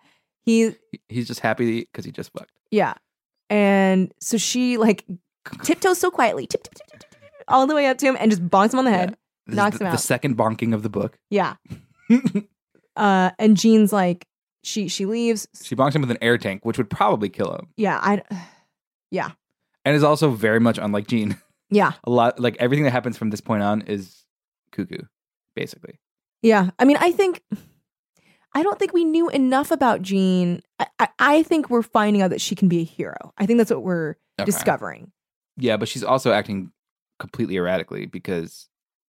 He He- He's just happy because he just fucked. yeah. And so she like tiptoes so quietly, tip, tip, tip, tip, tip, tip, all the way up to him and just bonks him on the Yeah. head. This is Knocks the, him The out. second bonking of the book. Yeah. Uh and Jean's like she she leaves. she bonks him with an air tank, which would probably kill him, Yeah, I and is also very much unlike Gene. yeah. A lot like everything that happens from this point on is cuckoo, basically. Yeah. I mean, I think I don't think we knew enough about Jean. I, I, I think we're finding out that she can be a hero. I think that's what we're Okay. discovering. Yeah, but she's also acting completely erratically because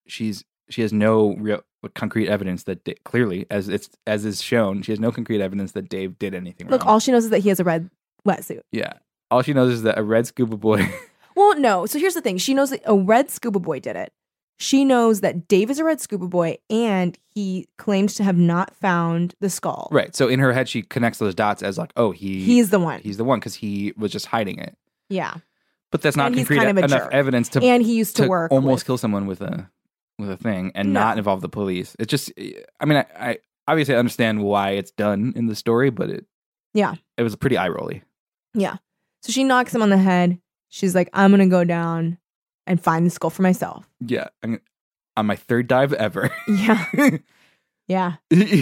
she's she has no real concrete evidence that Da- clearly as it's as is shown she has no concrete evidence that Dave did anything Look, wrong. all she knows is that he has a red wetsuit. yeah, all she knows is that a red scuba boy Well, no. So here's the thing. She knows that a red scuba boy did it. She knows that Dave is a red scuba boy and he claims to have not found the skull. Right. So in her head, she connects those dots as like, oh, he He's the one. he's the one because he was just hiding it. yeah. But that's not And he's concrete kind of a enough jerk. evidence to and he used to, to work. almost with- kill someone with a with a thing and No. not involve the police. It just, I mean, I, I obviously I understand why it's done in the story, but it Yeah. it was pretty eye rolly. so she knocks him on the head. She's like, I'm going to go down and find the skull for myself. Yeah. I mean, on my third dive ever. Yeah. yeah,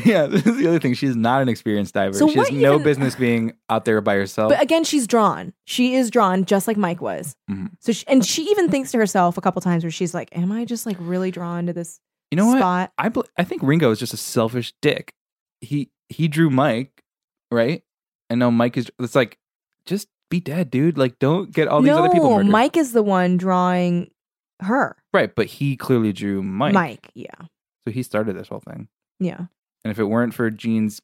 Yeah. this is the other thing. She's not an experienced diver. So she has what no even- business being out there by herself. But again, she's drawn. She is drawn just like Mike was. Mhm. So she, and she even thinks to herself a couple times where she's like, Am I just like really drawn to this you know what? spot? I bel I think Ringo is just a selfish dick. He he drew Mike, right? And now Mike is it's like just be dead, dude. Like don't get all these no, other people murdered. Mike is the one drawing her. right? But he clearly drew Mike. yeah. So he started this whole thing. Yeah. And if it weren't for Jean's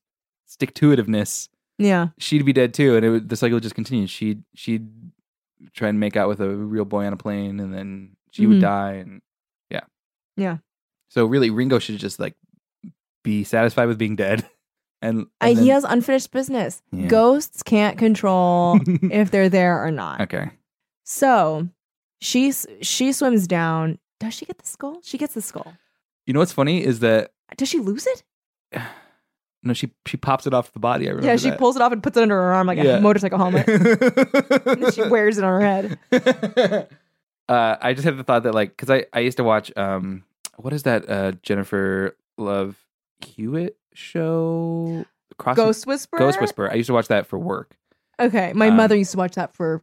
stick to itiveness, Yeah. she'd be dead too. And it would, the cycle would just continue. She'd she'd try and make out with a real boy on a plane, and then she Mhm. would die. And yeah, Yeah. So really, Ringo should just like be satisfied with being dead. And, I, and then- he has unfinished business. Yeah. Ghosts can't control if they're there or not. okay. So she s- she swims down. Does she get the skull? She gets the skull. You know what's funny is that Does she lose it? no, she she pops it off the body. I remember Yeah, she that. pulls it off and puts it under her arm like Yeah. a motorcycle helmet. and then she wears it on her head. uh, I just had the thought that like because I I used to watch um what is that uh Jennifer Love Hewitt show Crossing- Ghost Whisperer. Ghost Whisperer. I used to watch that for work Okay, my Um, mother used to watch that for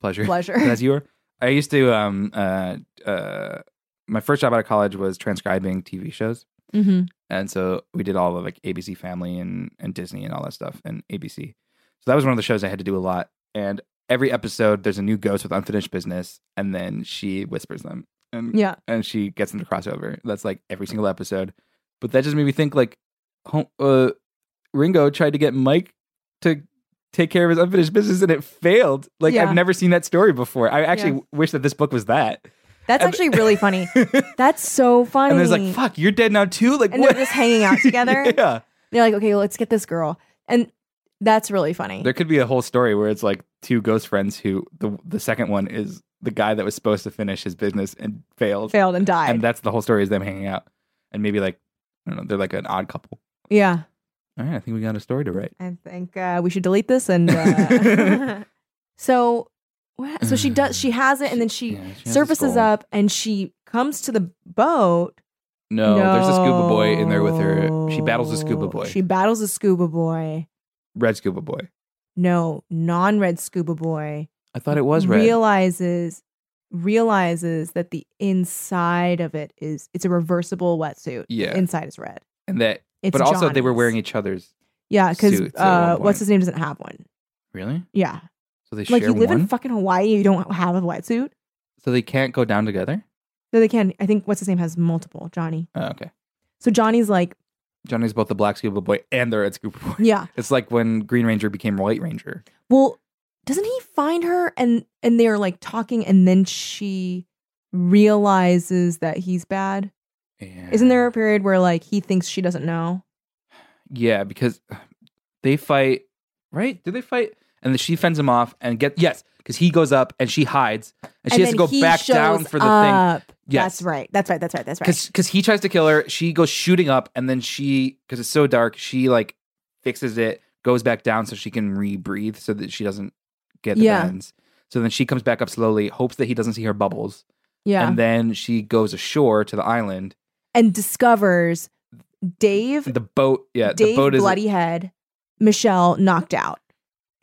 pleasure. pleasure. As you were, I used to um uh uh my first job out of college was transcribing TV shows. mm-hmm. and so we did all of like ABC Family and and Disney and all that stuff and ABC. So that was one of the shows I had to do a lot. And every episode, there's a new ghost with unfinished business, and then she whispers them, and Yeah, and she gets them to cross over. That's like every single episode. But that just made me think like, hom- uh, Ringo tried to get Mike to take care of his unfinished business, and it failed. Like Yeah. I've never seen that story before. I actually wish that this book was that. that's And- actually really funny. That's so funny. And there's like, fuck, you're dead now too. Like And what? they're just hanging out together. yeah. They're like, okay, well, let's get this girl, and that's really funny. There could be a whole story where it's like two ghost friends who the the second one is the guy that was supposed to finish his business and failed, Failed and died. and that's the whole story is them hanging out and maybe like I don't know they're like an odd couple. yeah, All right, I think we got a story to write. I think uh, we should delete this. And uh, so, what- so she does. She has it, and then she Yeah, she has a surfaces skull. up, and she comes to the boat. No, there's a scuba boy in there with her. She battles a scuba No. boy, She battles a scuba boy. red scuba boy. No, non-red scuba boy. I thought it was red. realizes realizes that the inside of it is it's a reversible wetsuit. Yeah. inside is red. and that, It's but also they were Johnny's. wearing each other's. yeah because suits at uh, one point. what's his name doesn't have one. Really? Yeah, So they like share you live one. in fucking Hawaii, you don't have a wetsuit. so they can't go down together. No, they can. I think what's his name has multiple. Johnny. Oh, okay. So Johnny's like, Johnny's both the black scuba boy and the red scuba boy. yeah. It's like when Green Ranger became White Ranger. Well, doesn't he find her and and they're like talking and then she realizes that he's bad. Yeah. Isn't there a period where like he thinks she doesn't know? Yeah, because they fight, right? Do they fight? And then she fends him off and get yes, because he goes up and she hides, and she has to then go he back down shows for the thing. up. Yes. That's right. That's right. That's right. That's right. Because he tries to kill her, she goes shooting up, and then she because it's so dark, she like fixes it, goes back down so she can re-breathe, so that she doesn't get the Yeah. bends. So then she comes back up slowly, hopes that he doesn't see her bubbles, Yeah. and And, then she goes ashore to the island. discovers Dave, The boat, yeah, Dave the boat is Bloody Head, Michelle knocked out.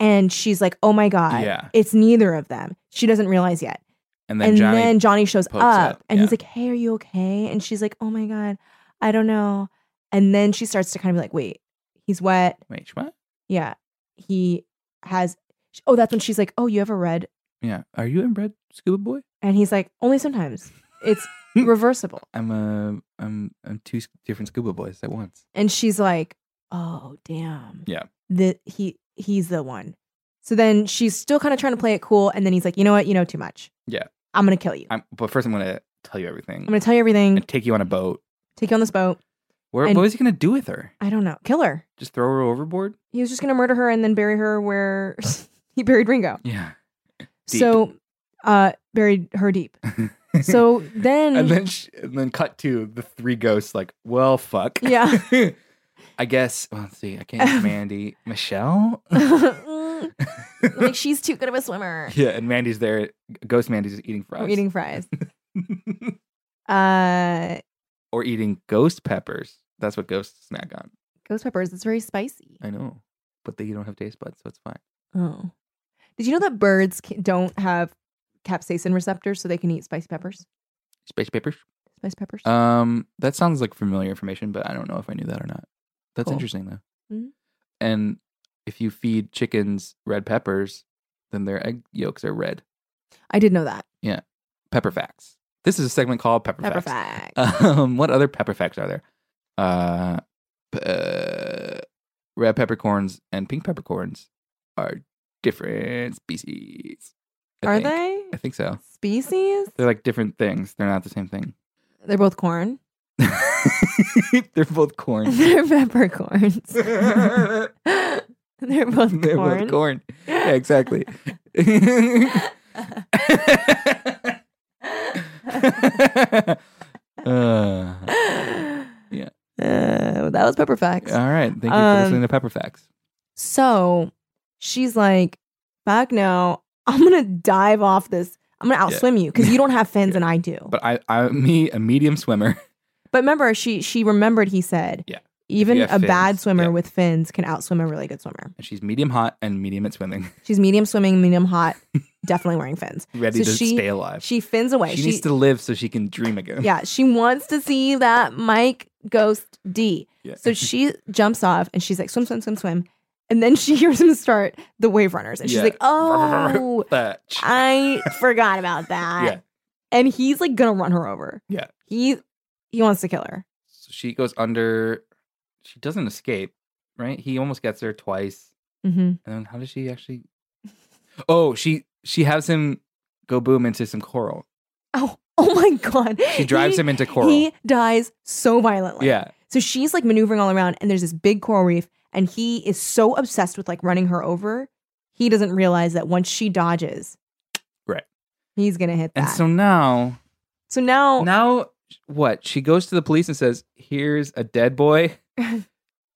And she's like, oh my God. Yeah. It's neither of them. She doesn't realize yet. and then and Johnny then Johnny shows up, pokes up, and he's yeah. like, hey, are you okay? And she's like, oh my God, I don't know. And then she starts to kind of be like, wait, he's wet. wait what? Yeah. He has, oh, that's when she's like, oh, you have a red. Yeah, are you inbred scuba boy? And he's like, only sometimes. It's reversible. I'm a I'm I'm two s- different scuba boys at once. and she's like, "Oh damn, Yeah. the he he's the one." So then she's still kind of trying to play it cool, and then he's like, "You know what? You know too much. Yeah. I'm gonna kill you. I'm, I'm, but first, I'm gonna tell you everything. gonna tell you everything. and take you on a boat. Take you on this boat. Where, And- what was he gonna do with her? I don't know. Kill her. Just throw her overboard? He was just gonna murder her and then bury her where he buried Ringo. Yeah. Deep. So, uh, buried her deep. So mm. then, and then sh- and then cut to the three ghosts. Like, well, fuck. Yeah. I guess. Well, let's see. I can't use Mandy. Michelle. Mm, like she's too good of a swimmer. yeah, and Mandy's there. Ghost Mandy's eating frogs. I'm eating fries. uh, or eating ghost peppers. That's what ghosts snack on. ghost peppers. It's very spicy. I know, but they don't have taste buds, so it's fine. Oh. Did you know that birds ca- don't have capsaicin receptors so they can eat spicy peppers? Space papers. Spice peppers? Um, that sounds like familiar information, but I don't know if I knew that or not. That's Cool. interesting though. Mhm. And if you feed chickens red peppers, then their egg yolks are red. I did know that. Pepper facts. This is a segment called Pepper, Pepper Facts. fact. Um, what other pepper facts are there? Uh, p- uh, red peppercorns and pink peppercorns are different species. I Are think. they? I think so. Species? They're like different things. They're not the same thing. They're both corn. They're both corn. They're peppercorns. They're They're both both corn. corn. Yeah, exactly. Uh, yeah. Yeah. Uh, that was Pepper Facts. all right. Thank you for Um, listening to Pepper Facts. So she's like, back now, I'm going to dive off this. I'm going to Yeah. outswim you because you don't have fins and I do. But, But I, I, me, a medium swimmer. remember, she she remembered he said, Yeah. even you a have bad fins, swimmer yeah. with fins can outswim a really good swimmer. And she's medium hot and medium at swimming, She's medium swimming, medium hot, definitely wearing fins. ready So to she- stay alive. She fins away. she, needs to live so she can dream again. yeah, she wants to see that Mike Ghost D. Yeah. So she jumps off and she's like, swim, swim, swim, swim. And then she hears him start the wave runners. And she's Yeah. like, oh, Fetch. I forgot about that. Yeah. And he's like gonna run her over. Yeah. He he wants to kill her. So she goes under. She doesn't escape, right? He almost gets her twice. Mm-hmm. And then how does she actually? Oh, she she has him go boom into some coral. Oh, oh my god. She drives He- him into coral. He dies so violently. yeah, So she's like maneuvering all around, and there's this big coral reef, and he is so obsessed with like running her over, he doesn't realize that once she dodges, Right. he's gonna hit that. and so now so now, now what? She goes to the police and says, "Here's a dead boy,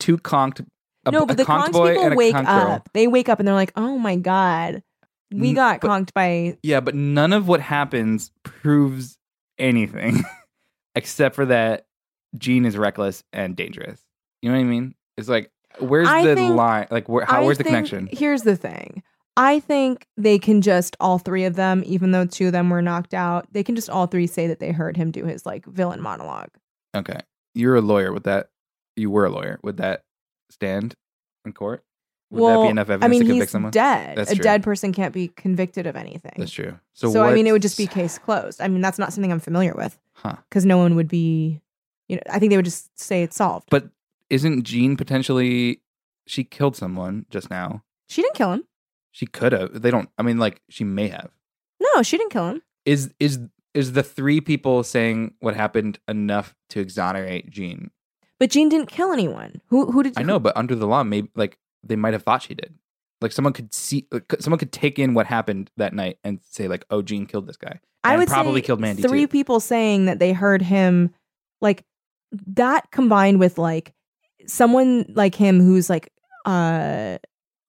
two conked, a, no, a but the conked conked boy people and a wake conked up. girl." They wake up and they're like, "Oh my god, we N- got but- conked by Yeah, but none of what happens proves anything, except for that Gene is reckless and dangerous. You know what I mean? It's like where's I the think- line? Like where? How, I where's the think- connection? Here's the thing. I think they can just all three of them, even though two of them were knocked out, they can just all three say that they heard him do his like villain monologue. Okay, you're a lawyer. Would that? You were a lawyer. Would that stand in court? Would that Well, be enough evidence I mean, to he's convict someone? dead. That's a true. dead person can't be convicted of anything. That's true. So, So, what, I mean, it would just be case closed. I mean, that's not something I'm familiar with Huh. because no one would be, you know, I think they would just say it's solved. But isn't Jean potentially? She killed someone just now. she didn't kill him. She could have. They don't. I mean, like she may have. No, she didn't kill him. Is is is the three people saying what happened enough to exonerate Jean? But Jean didn't kill anyone. Who who did? I know, but under the law, maybe like they might have thought she did. Like someone could see, like, someone could take in what happened that night and say like, "Oh, Jean killed this guy." I and would probably say killed Mandy Three too. people saying that they heard him, like that combined with like someone like him who's like uh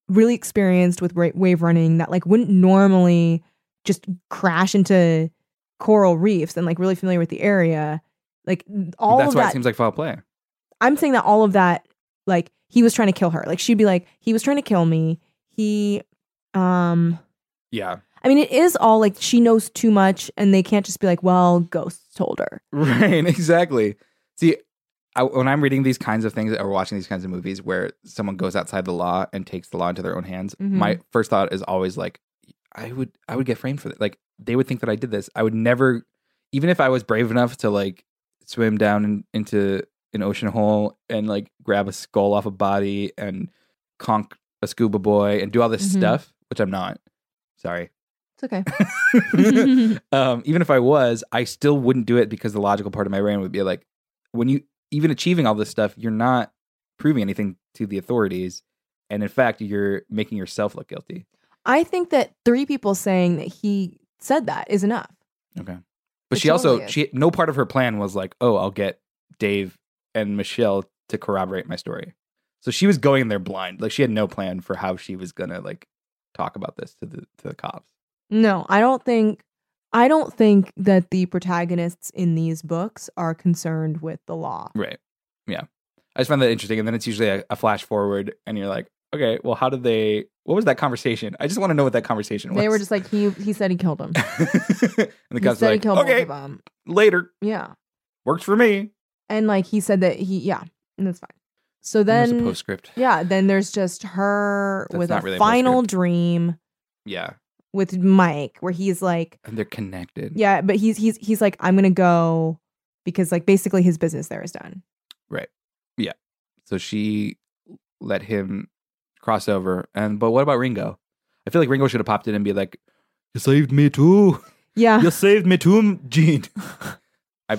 really experienced with wa- wave running that like wouldn't normally just crash into coral reefs and like really familiar with the area. Like all That's of why that, it seems like foul play. I'm saying that all of that, like he was trying to kill her. Like she'd be like, he was trying to kill me. He, um, Yeah, I mean, it is all like she knows too much, and they can't just be like, "Well, ghosts told her." right, exactly. See, I, when I'm reading these kinds of things or watching these kinds of movies where someone goes outside the law and takes the law into their own hands, Mhm. my first thought is always like, I would, I would get framed for that. Like they would think that I did this. I would never, even if I was brave enough to like swim down in, into an ocean hole and like grab a skull off a body and conk a scuba boy and do all this Mhm. stuff, which I'm not. Sorry. It's okay. um, even if I was, I still wouldn't do it because the logical part of my brain would be like, when you even achieving all this stuff, you're not proving anything to the authorities, and in fact, you're making yourself look guilty. I think that three people saying that he said that is enough. Okay, but It she also totally is. she no part of her plan was like, oh, I'll get Dave and Michelle to corroborate my story. So she was going in there blind, like she had no plan for how she was gonna like talk about this to the to the cops. No, I don't think. I don't think that the protagonists in these books are concerned with the law. Right. Yeah. I just find that interesting. And then it's usually a, a flash forward, and you're like, okay, well, how did they? What was that conversation? I just want to know what that conversation was. They were just like he. He said he killed him. and the he cops said are he like, killed okay, both of them. later, Yeah, works for me. and like he said that he. Yeah, and that's fine. So There's a then, postscript. yeah, then there's just her That's with a not really a final postscript. dream Yeah, with Mike, where he's like, and they're connected. Yeah, but he's he's he's like, I'm gonna go because like basically his business there is done. So she let him cross over, and but what about Ringo? I feel like Ringo should have popped in and be like, "You saved me too. Yeah. You saved me too, Gene." I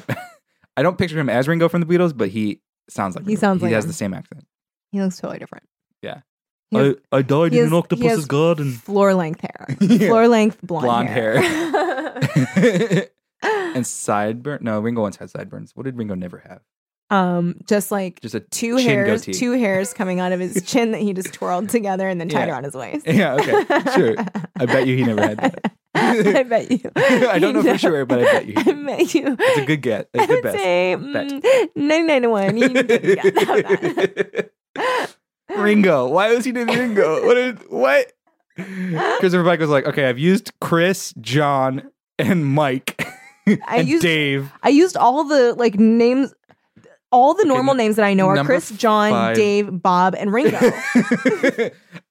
I don't picture him as Ringo from the Beatles, but he sounds like He Ringo. sounds he like has him. the same accent. He looks totally different. Yeah. He has I, I died he in has- an he octopus's has garden. floor length hair. Yeah. Floor length blonde, Blonde hair. I and sideburn. No, Ringo once had sideburns. What did Ringo never have? Um, just like Just a two chin hairs, goatee. two hairs coming out of his chin that he just twirled together and then tied Yeah. around his waist. Yeah, okay, sure. I bet you he never had that. I bet you. I don't know for sure, but I bet you he I did. bet you. It's a good get. It's I the would best. say Bet. mm, 99 to 1. You didn't get that. Ringo. Why was he doing Ringo? What? Is, what? Christopher Pike was like, okay, I've used Chris, John, and Mike, I and used- Dave. I used all the like names, all the normal names that I know are number Chris, John, five. Dave, Bob, and Ringo.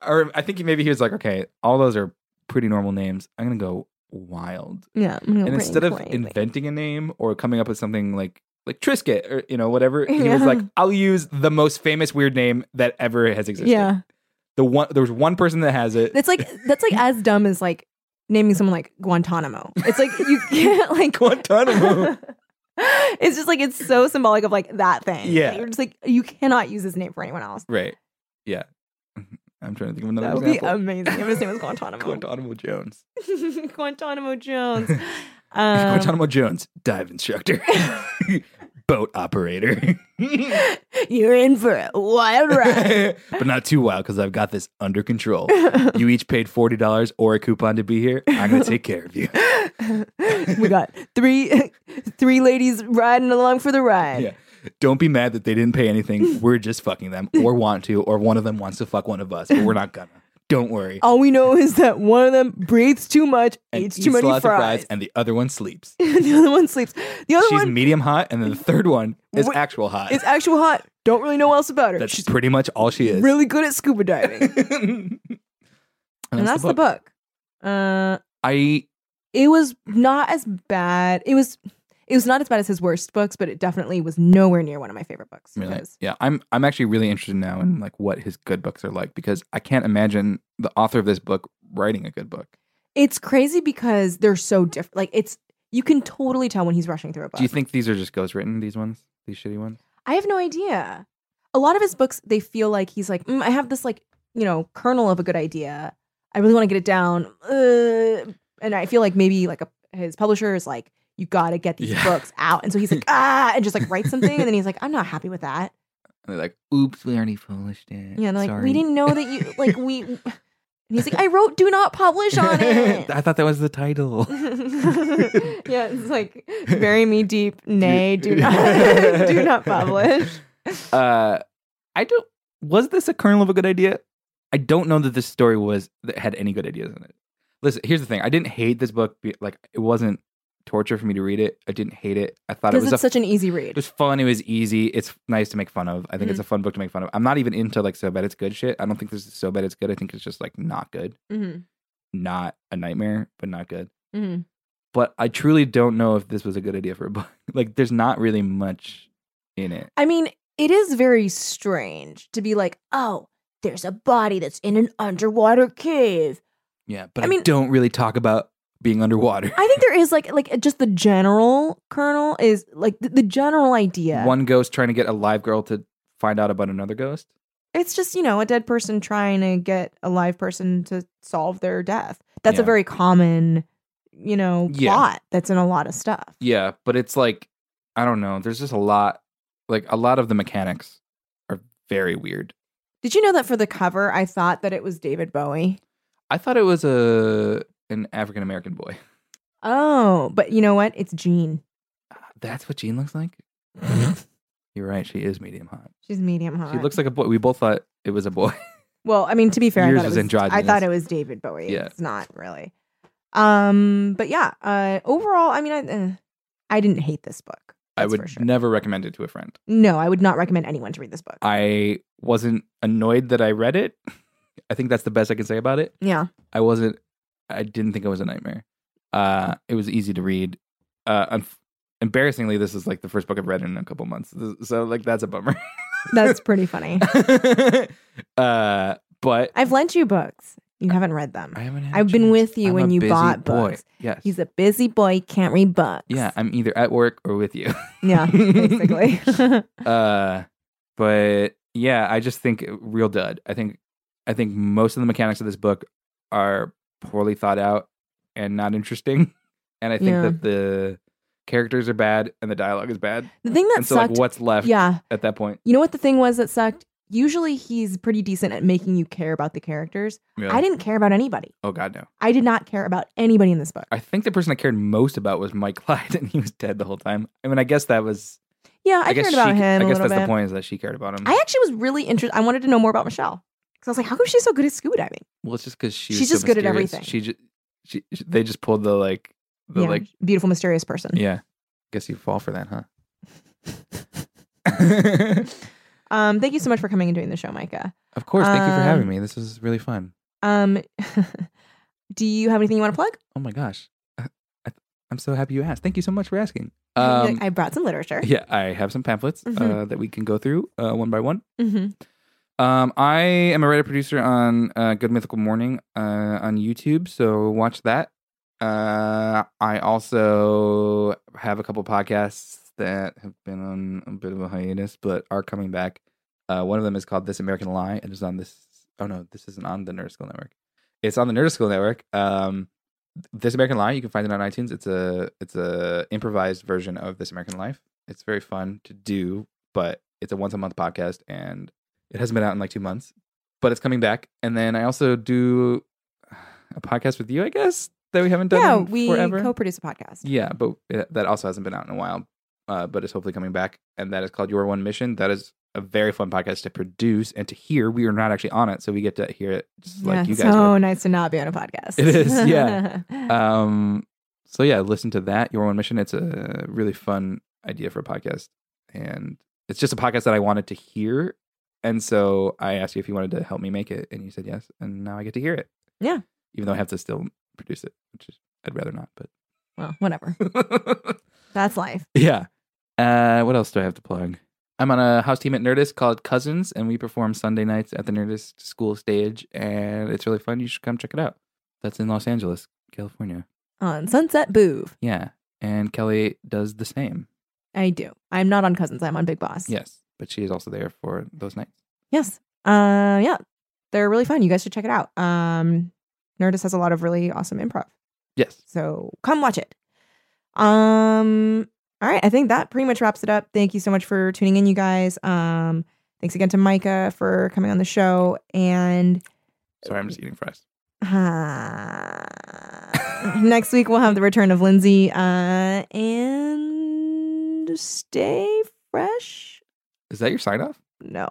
or I think he- maybe he was like, okay, all those are pretty normal names. I'm gonna go wild. yeah. I'm gonna and bring instead of crazy. inventing a name or coming up with something like like Trisket or you know whatever, he was Yeah. like, I'll use the most famous weird name that ever has existed. yeah. The one there was one person that has it. That's like that's like as dumb as like naming someone like Guantanamo. It's like you can't like Guantanamo. it's just like it's so symbolic of like that thing. Yeah. Like, you're just like you cannot use this name for anyone else. Right. Yeah. Mm-hmm. I'm trying to think of another That would example. be um, amazing if his name was Guantanamo. Guantanamo Jones. Guantanamo Jones. Um, Guantanamo Jones, dive instructor, boat operator. you're in for a wild ride. but not too wild because I've got this under control. You each paid forty dollars or a coupon to be here. I'm gonna take care of you. we got three three ladies riding along for the ride. Yeah. Don't be mad that they didn't pay anything. We're just fucking them, or want to, or one of them wants to fuck one of us, but we're not gonna. Don't worry. All we know is that one of them breathes too much, And eats eats too many lots of fries, and the other one sleeps. the other one sleeps. The other She's one medium hot, and then the third one is Wh- actual hot. is actual hot. Don't really know what else about her. That's She's pretty much all she is. really good at scuba diving, and and that's, the book. Uh, I it was not as bad. It was, it was not as bad as his worst books, but it definitely was nowhere near one of my favorite books. really, It was- yeah, I'm I'm actually really interested now in like what his good books are like because I can't imagine the author of this book writing a good book. It's crazy because they're so different. Like it's, you can totally tell when he's rushing through a book. Do you think these are just ghostwritten? These ones, these shitty ones. I have no idea. A lot of his books, they feel like he's like, mm, I have this like, you know, kernel of a good idea. I really want to get it down. Uh, and I feel like maybe like a, his publisher is like, you got to get these Yeah. books out. And so he's like, ah, and just like writes something. And then he's like, I'm not happy with that. And they're like, "Oops, we already published it." Yeah. And they're like, Sorry. we didn't know that you, like, we, and he's like, I wrote do not publish on it. I thought that was the title. yeah. It's like, bury me deep. Nay, do not, do not publish. Uh, I don't. Was this a kernel of a good idea? I don't know that this story was that had any good ideas in it. Listen, here's the thing. I didn't hate this book. be- Like it wasn't torture for me to read it. I didn't hate it. I thought it Because was it's a, such an e-, easy it read. was fun. It was easy. It's nice to make fun of. I think Mm-hmm. it's a fun book to make fun of. I'm not even into like so bad it's good shit. I don't think this is so bad it's good. I think it's just like not good, hmm not a nightmare, but not good. hmm But I truly don't know if this was a good idea for a book. Like there's not really much in it. I mean, it is very strange to be like, oh, there's a body that's in an underwater cave. Yeah, but I I, mean- don't really talk about being underwater. I think there is like like just the general kernel is like the, the general idea. One ghost trying to get a live girl to find out about another ghost. it's just you know a dead person trying to get a live person to solve their death. That's a Yeah. very common you know Yeah. plot that's in a lot of stuff. Yeah, but it's like I don't know. There's just a lot. Like a lot of the mechanics are very weird. Did you know that for the cover, I thought that it was David Bowie. I thought it was a an African American boy. Oh, but you know what? It's Jean. Ah, That's what Jean looks like. Mm-hmm. You're right. She is medium hot. She's medium hot. She looks like a boy. We both thought it was a boy. Well, I mean, to be fair, I Yours thought, was it was, I androgynous. thought it was David Bowie. Yeah. It's not really. Um, but yeah, uh, overall, I mean, I, eh, I didn't hate this book. I that's would for sure. never recommend it to a friend. No, I would not recommend anyone to read this book. I wasn't annoyed that I read it. I think that's the best I can say about it. yeah. I wasn't. I didn't think it was a nightmare. Uh, it was easy to read. Uh, unf embarrassingly, this is like the first book I've read in a couple months, This- so like that's a bummer. That's pretty funny. uh, but I've lent you books. You haven't read them. I haven't. Had a I've been chance. with you I'm when a you busy bought boy. books. Yes. He's a busy boy, can't read books. yeah, I'm either at work or with you. Yeah, basically. uh, but yeah, I just think real dud. I think I think most of the mechanics of this book are poorly thought out and not interesting. And I think Yeah. that the characters are bad and the dialogue is bad. The thing that and so sucked. like what's left yeah. at that point? You know what the thing was that sucked? Usually he's pretty decent at making you care about the characters. Yeah. I didn't care about anybody. oh god no. I did not care about anybody in this book. I think the person I cared most about was Mike Clyde and he was dead the whole time. I mean I guess that was Yeah, I, guess cared about she, him. I a guess little that's bit. the point is that she cared about him. I actually was really interested. I wanted to know more about Michelle because I was like, how come she's so good at scuba diving? well it's just because she She's was so just good at mysterious. everything. She just she, she they just pulled the like the yeah, like beautiful, mysterious person. yeah. Guess you fall for that, huh? Um, thank you so much for coming and doing the show, Micah. of course, thank you for having Um, me. This was really fun. Um, do you have anything you want to plug? Oh my gosh. I, I, I'm so happy you asked. Thank you so much for asking. You're Um, like, I brought some literature. yeah, I have some pamphlets uh, Mhm. that we can go through uh, one by one. hmm Um, I am a writer producer on uh, Good Mythical Morning uh, on YouTube, so watch that. Uh, I also have a couple podcasts that have been on a bit of a hiatus, but are coming back. Uh, one of them is called This American Lie, and it's on this. Oh no, this isn't on the Nerd School Network. It's on the Nerd School Network. Um, this American Lie, you can find it on iTunes. It's a it's a improvised version of This American Life. It's very fun to do, but it's a once a month podcast, and it hasn't been out in like two months, but it's coming back. And then I also do a podcast with you, I guess, that we haven't done Yeah, we forever. co-produce a podcast. yeah, but uh, that also hasn't been out in a while, uh, but it's hopefully coming back. And that is called Your One Mission. That is a very fun podcast to produce and to hear. We are not actually on it, so we get to hear it just like you it's guys. so would. nice to not be on a podcast. It is, yeah. Um, so yeah, listen to that. Your One Mission. It's a really fun idea for a podcast, and it's just a podcast that I wanted to hear. And so I asked you if you wanted to help me make it, and you said yes, and now I get to hear it. Yeah. even though I have to still produce it, which is, I'd rather not. well, whatever. But That's life. yeah. Uh, what else do I have to plug? I'm on a house team at Nerdist called Cousins, and we perform Sunday nights at the Nerdist school stage, and it's really fun. You should come check it out. That's in Los Angeles, California. On Sunset Boove, Yeah. And Kelly does the same. I do. I'm not on Cousins. I'm on Big Boss. Yes. But she is also there for those nights. Yes. Uh, yeah. They're really fun. You guys should check it out. Um, Nerdist has a lot of really awesome improv. Yes. So come watch it. Um, all right. I think that pretty much wraps it up. Thank you so much for tuning in, you guys. Um, thanks again to Micah for coming on the show. And Sorry, I'm just eating fries. uh, next week, we'll have the return of Lindsay. Uh, and stay fresh. Is that your sign off? No.